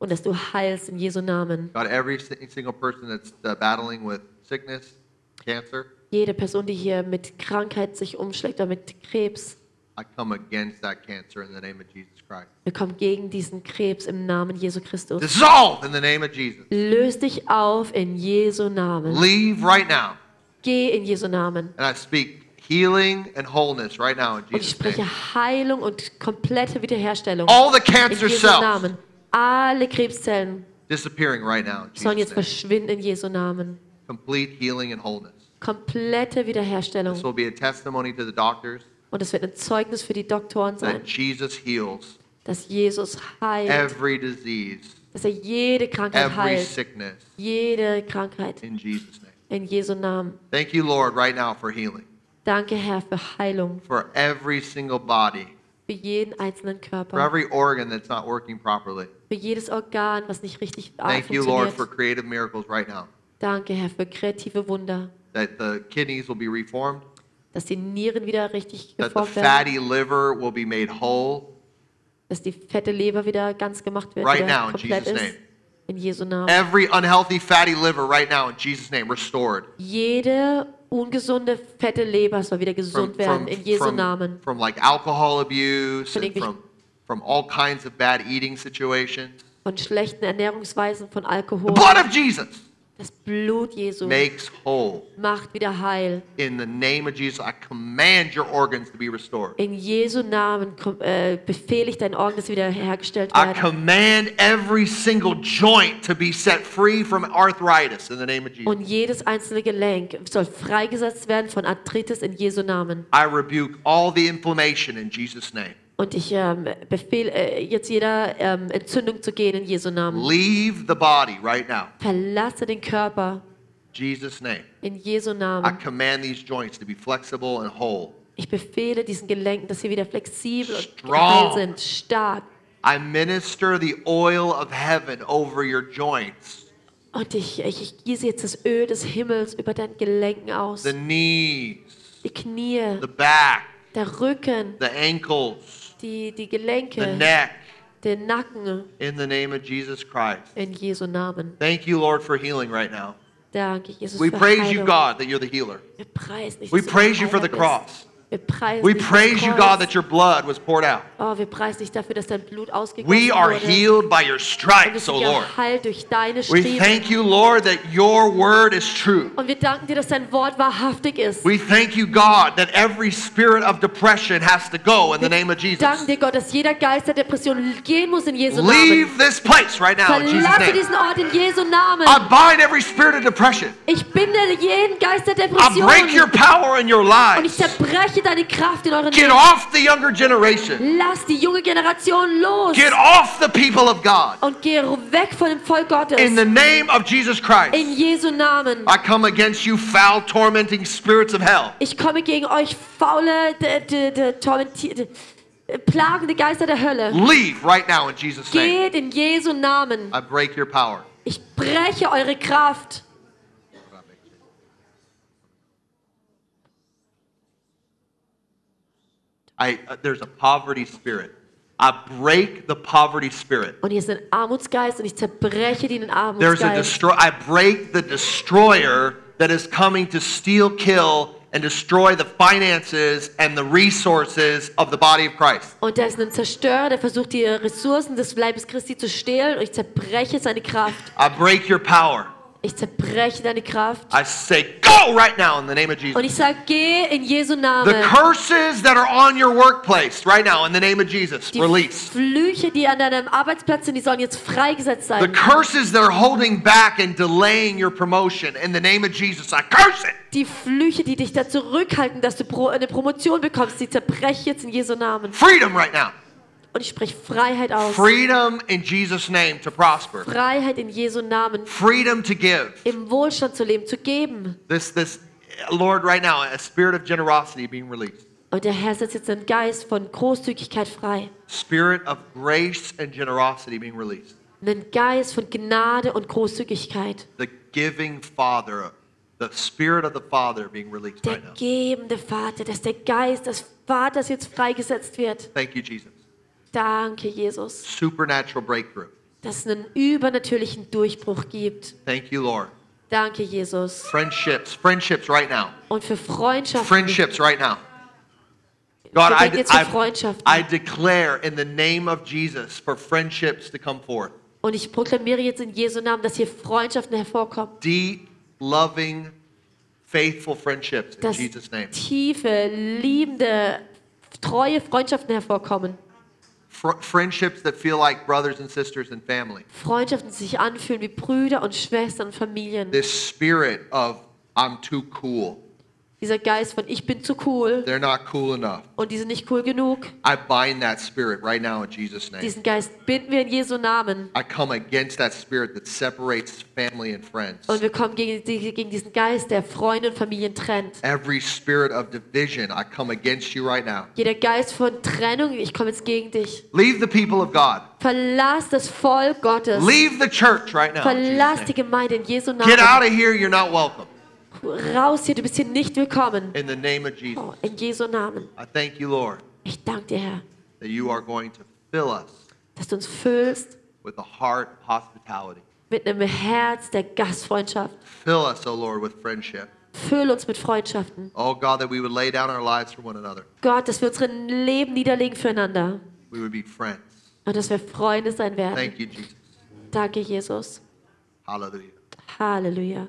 Und dass du heilst in Jesu Namen.
God, every si- single person that's uh, battling with sickness, cancer,
Jede Person, die hier mit Krankheit sich umschlägt oder mit Krebs,
I come against that cancer in the name of Jesus Christ.
wir kommen gegen diesen Krebs im Namen Jesu Christus.
Dissolve in the name of Jesus.
Löse dich auf in Jesu Namen.
Leave right now.
Geh in Jesu Namen.
And I speak healing and wholeness right now in
Und ich
Jesus' name.
spreche Heilung und komplette Wiederherstellung.
All the
In
cancer
Jesu
cells
Namen. Alle Krebszellen
disappearing right now in
sollen
Jesus'
jetzt
name.
verschwinden in Jesu Namen.
Complete healing and wholeness.
komplette
This
Wiederherstellung.
will be a testimony to the doctors
Und es wird ein Zeugnis für die Doktoren
that
sein,
Jesus heals
dass Jesus heilt,
every disease,
dass er jede Krankheit
every
heilt,
sickness
jede Krankheit
in Jesus' name.
in Jesu Namen.
Thank you, Lord, right now for healing,
Danke, Herr, für Heilung,
for every single body,
für jeden einzelnen
for
Körper,
every organ that's not working properly.
für jedes Organ, was nicht richtig ah,
Thank you, Lord, for
funktioniert.
creative miracles right now,
Danke, Herr, für kreative Wunder,
that the kidneys will be reformed,
dass die Nieren wieder richtig
that the
geformt werden,
fatty liver will be made whole.
dass die fette Leber wieder ganz gemacht wird,
Right now,
wieder
in
komplett
Jesus'
ist.
name.
In Jesu Namen.
Every unhealthy fatty liver right now, in Jesus' name, restored.
Jede ungesunde, fette Leber soll wieder gesund werden, in Jesu
from,
Namen.
from like alcohol abuse,
Von
and
irgendwelchen-
from, from all kinds of bad eating situations.
Von schlechten Ernährungsweisen, von
The
Alkohol.
blood of Jesus
Das Blut Jesu
makes whole.
macht wieder heil.
In the name of Jesus, I command your organs to be restored.
In Jesu Namen komm- äh, befehle ich dein Organ, dass sie wieder hergestellt
I
werden.
command every single joint to be set free from arthritis in the name of Jesus.
Und jedes einzelne Gelenk soll freigesetzt werden von Arthritis in Jesu Namen.
I rebuke all the inflammation in Jesus' name.
Und ich ähm, befehle äh, jetzt jeder ähm, Entzündung zu gehen in Jesu Namen.
Leave the body right now.
Verlasse den Körper
Jesus' name.
in Jesu
I
Namen.
command these joints to be flexible and whole.
Ich befehle diesen Gelenken, dass sie wieder flexibel und
Strong.
stabil sind, stark.
I minister the oil of heaven over your joints,
Und ich, ich, ich gieße jetzt das Öl des Himmels über deinen Gelenken aus.
the knees,
Die Knie,
the back,
der Rücken,
the ankles,
die, die
the
Gelenke,
neck,
der Nacken
in the name of Jesus Christ.
in Jesu Namen.
Thank you, Lord, for healing right now.
Danke, Jesus.
We
für
praise you,
Heilung.
God, that you're the healer.
Wir preisen dich,
We
dass du
praise you for
Heiler
the
bist.
cross.
Wir preisen
We
dich
praise you,
fürs
God,
Kreuz.
that your blood was poured out.
Oh, wir preisen dich dafür, dass dein Blut ausgegossen
We are
wurde.
healed by your
Und wir
stripes,
sind
O Lord.
geheilt durch deine
We
Striemen.
thank you, Lord, that your word is true.
Und wir danken dir, dass dein Wort wahrhaftig ist.
We thank you, God, that every spirit of depression has to go in the name of
danken
Jesus.
dir, Gott, dass jeder Geist der Depression gehen muss in Jesu Namen.
Leave this place right now in Jesus'
Verlasse
name.
diesen Ort in Jesu Namen.
I bind every spirit of depression.
Ich binde jeden Geist der
I
Depression.
break your power in your
Und
lives.
ich zerbreche deine Kraft in euren
Get
Leben.
off the younger generation.
Lass die junge Generation los.
Get off the people of God.
Und geh weg von dem Volk Gottes.
In the name of Jesus
In
Christ,
Jesu Namen.
I come against you, foul, tormenting spirits of hell.
Ich komme gegen euch faule, de, de, de, tormentier- de, äh, plagende Geister der Hölle.
Leave right now in Jesus' name.
Geht in Jesu Namen.
I break your power.
Ich breche eure Kraft.
I, uh, there's a poverty spirit. I break the poverty spirit.
Und hier ist ein Armutsgeist und ich zerbreche den
There's a
Armutsgeist.
destroy. I break the destroyer that is coming to steal, kill, and destroy the finances and the resources of the body of Christ.
Und da ist ein Zerstörer, der versucht, die Ressourcen des Leibes Christi zu stehlen. Und ich zerbreche seine Kraft.
I break your power.
Ich zerbreche deine Kraft.
I say, go right now in the name of
Und
Jesus.
ich sage, geh in Jesu Namen.
The curses that are on your workplace right now in the name of Jesus,
die
release.
Flüche, die an deinem Arbeitsplatz sind, die sollen jetzt freigesetzt
The
sein.
curses that are holding back and delaying your promotion in the name of Jesus, I curse it.
Die Flüche, die dich da zurückhalten, dass du pro eine Promotion bekommst, die zerbreche jetzt in Jesu Namen.
Freedom right now.
Und ich spreche Freiheit aus.
Freedom in Jesus' name to prosper.
Freiheit in Jesu Namen.
Freedom to give.
Im Wohlstand zu leben, zu geben.
This, this, Lord, right now, a spirit of generosity being released.
Und der Herr setzt jetzt einen Geist von Großzügigkeit frei.
Spirit of grace and generosity being released.
Einen Geist von Gnade und Großzügigkeit.
The giving Father, the Spirit of the Father being released
Der
right now.
gebende Vater, dass der Geist des Vaters jetzt freigesetzt wird.
Thank you, Jesus.
Danke, Jesus.
Supernatural breakthrough.
dass es einen übernatürlichen Durchbruch gibt.
Thank you, Lord.
Danke, Jesus.
Friendships, friendships right now.
Und für Freundschaften.
Friendships right now. God,
Wir
I,
beten
de-
jetzt für
I,
Freundschaften.
I declare in the name of Jesus for friendships to come forth.
Und ich proklamiere jetzt in Jesu Namen, dass hier Freundschaften hervorkommen.
Deep, loving, faithful friendships in
Dass
Jesus' name.
tiefe, liebende, treue Freundschaften hervorkommen.
Fr- friendships that feel like brothers and sisters and family.
Freundschaften, die sich anfühlen wie Brüder und Schwestern und Familien.
This spirit of I'm too cool.
Dieser Geist von ich bin zu cool
They're not cool enough.
und die sind nicht cool genug.
I bind that spirit right now in Jesus' name.
Diesen Geist binden wir in Jesu Namen.
I come against that spirit that separates family and friends.
Und wir kommen gegen, die- gegen diesen Geist, der Freunde und Familien trennt.
Every spirit of division, I come against you right now.
Jeder Geist von Trennung, ich komme jetzt gegen dich.
Leave the people of God.
Verlass das Volk Gottes.
Leave the church right now. in Jesus'
Verlass die
name.
Gemeinde in Jesu Namen.
Get out of here. You're not welcome.
Raus hier, du bist hier nicht willkommen.
In the name of Jesus.
Oh, in Jesu Namen.
I thank you, Lord,
Ich danke dir, Herr,
that you are going to fill us
dass du uns füllst
with a heart of hospitality.
mit einem Herz der Gastfreundschaft.
Fill us, O Lord, with friendship.
Füll uns mit Freundschaften.
Oh God, that we would lay down our lives for one another.
Gott, dass wir unsere Leben niederlegen füreinander
We would be friends.
und dass wir Freunde sein werden.
Thank you, Jesus.
Danke, Jesus.
Hallelujah. Hallelujah.
Halleluja.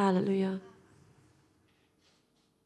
Halleluja.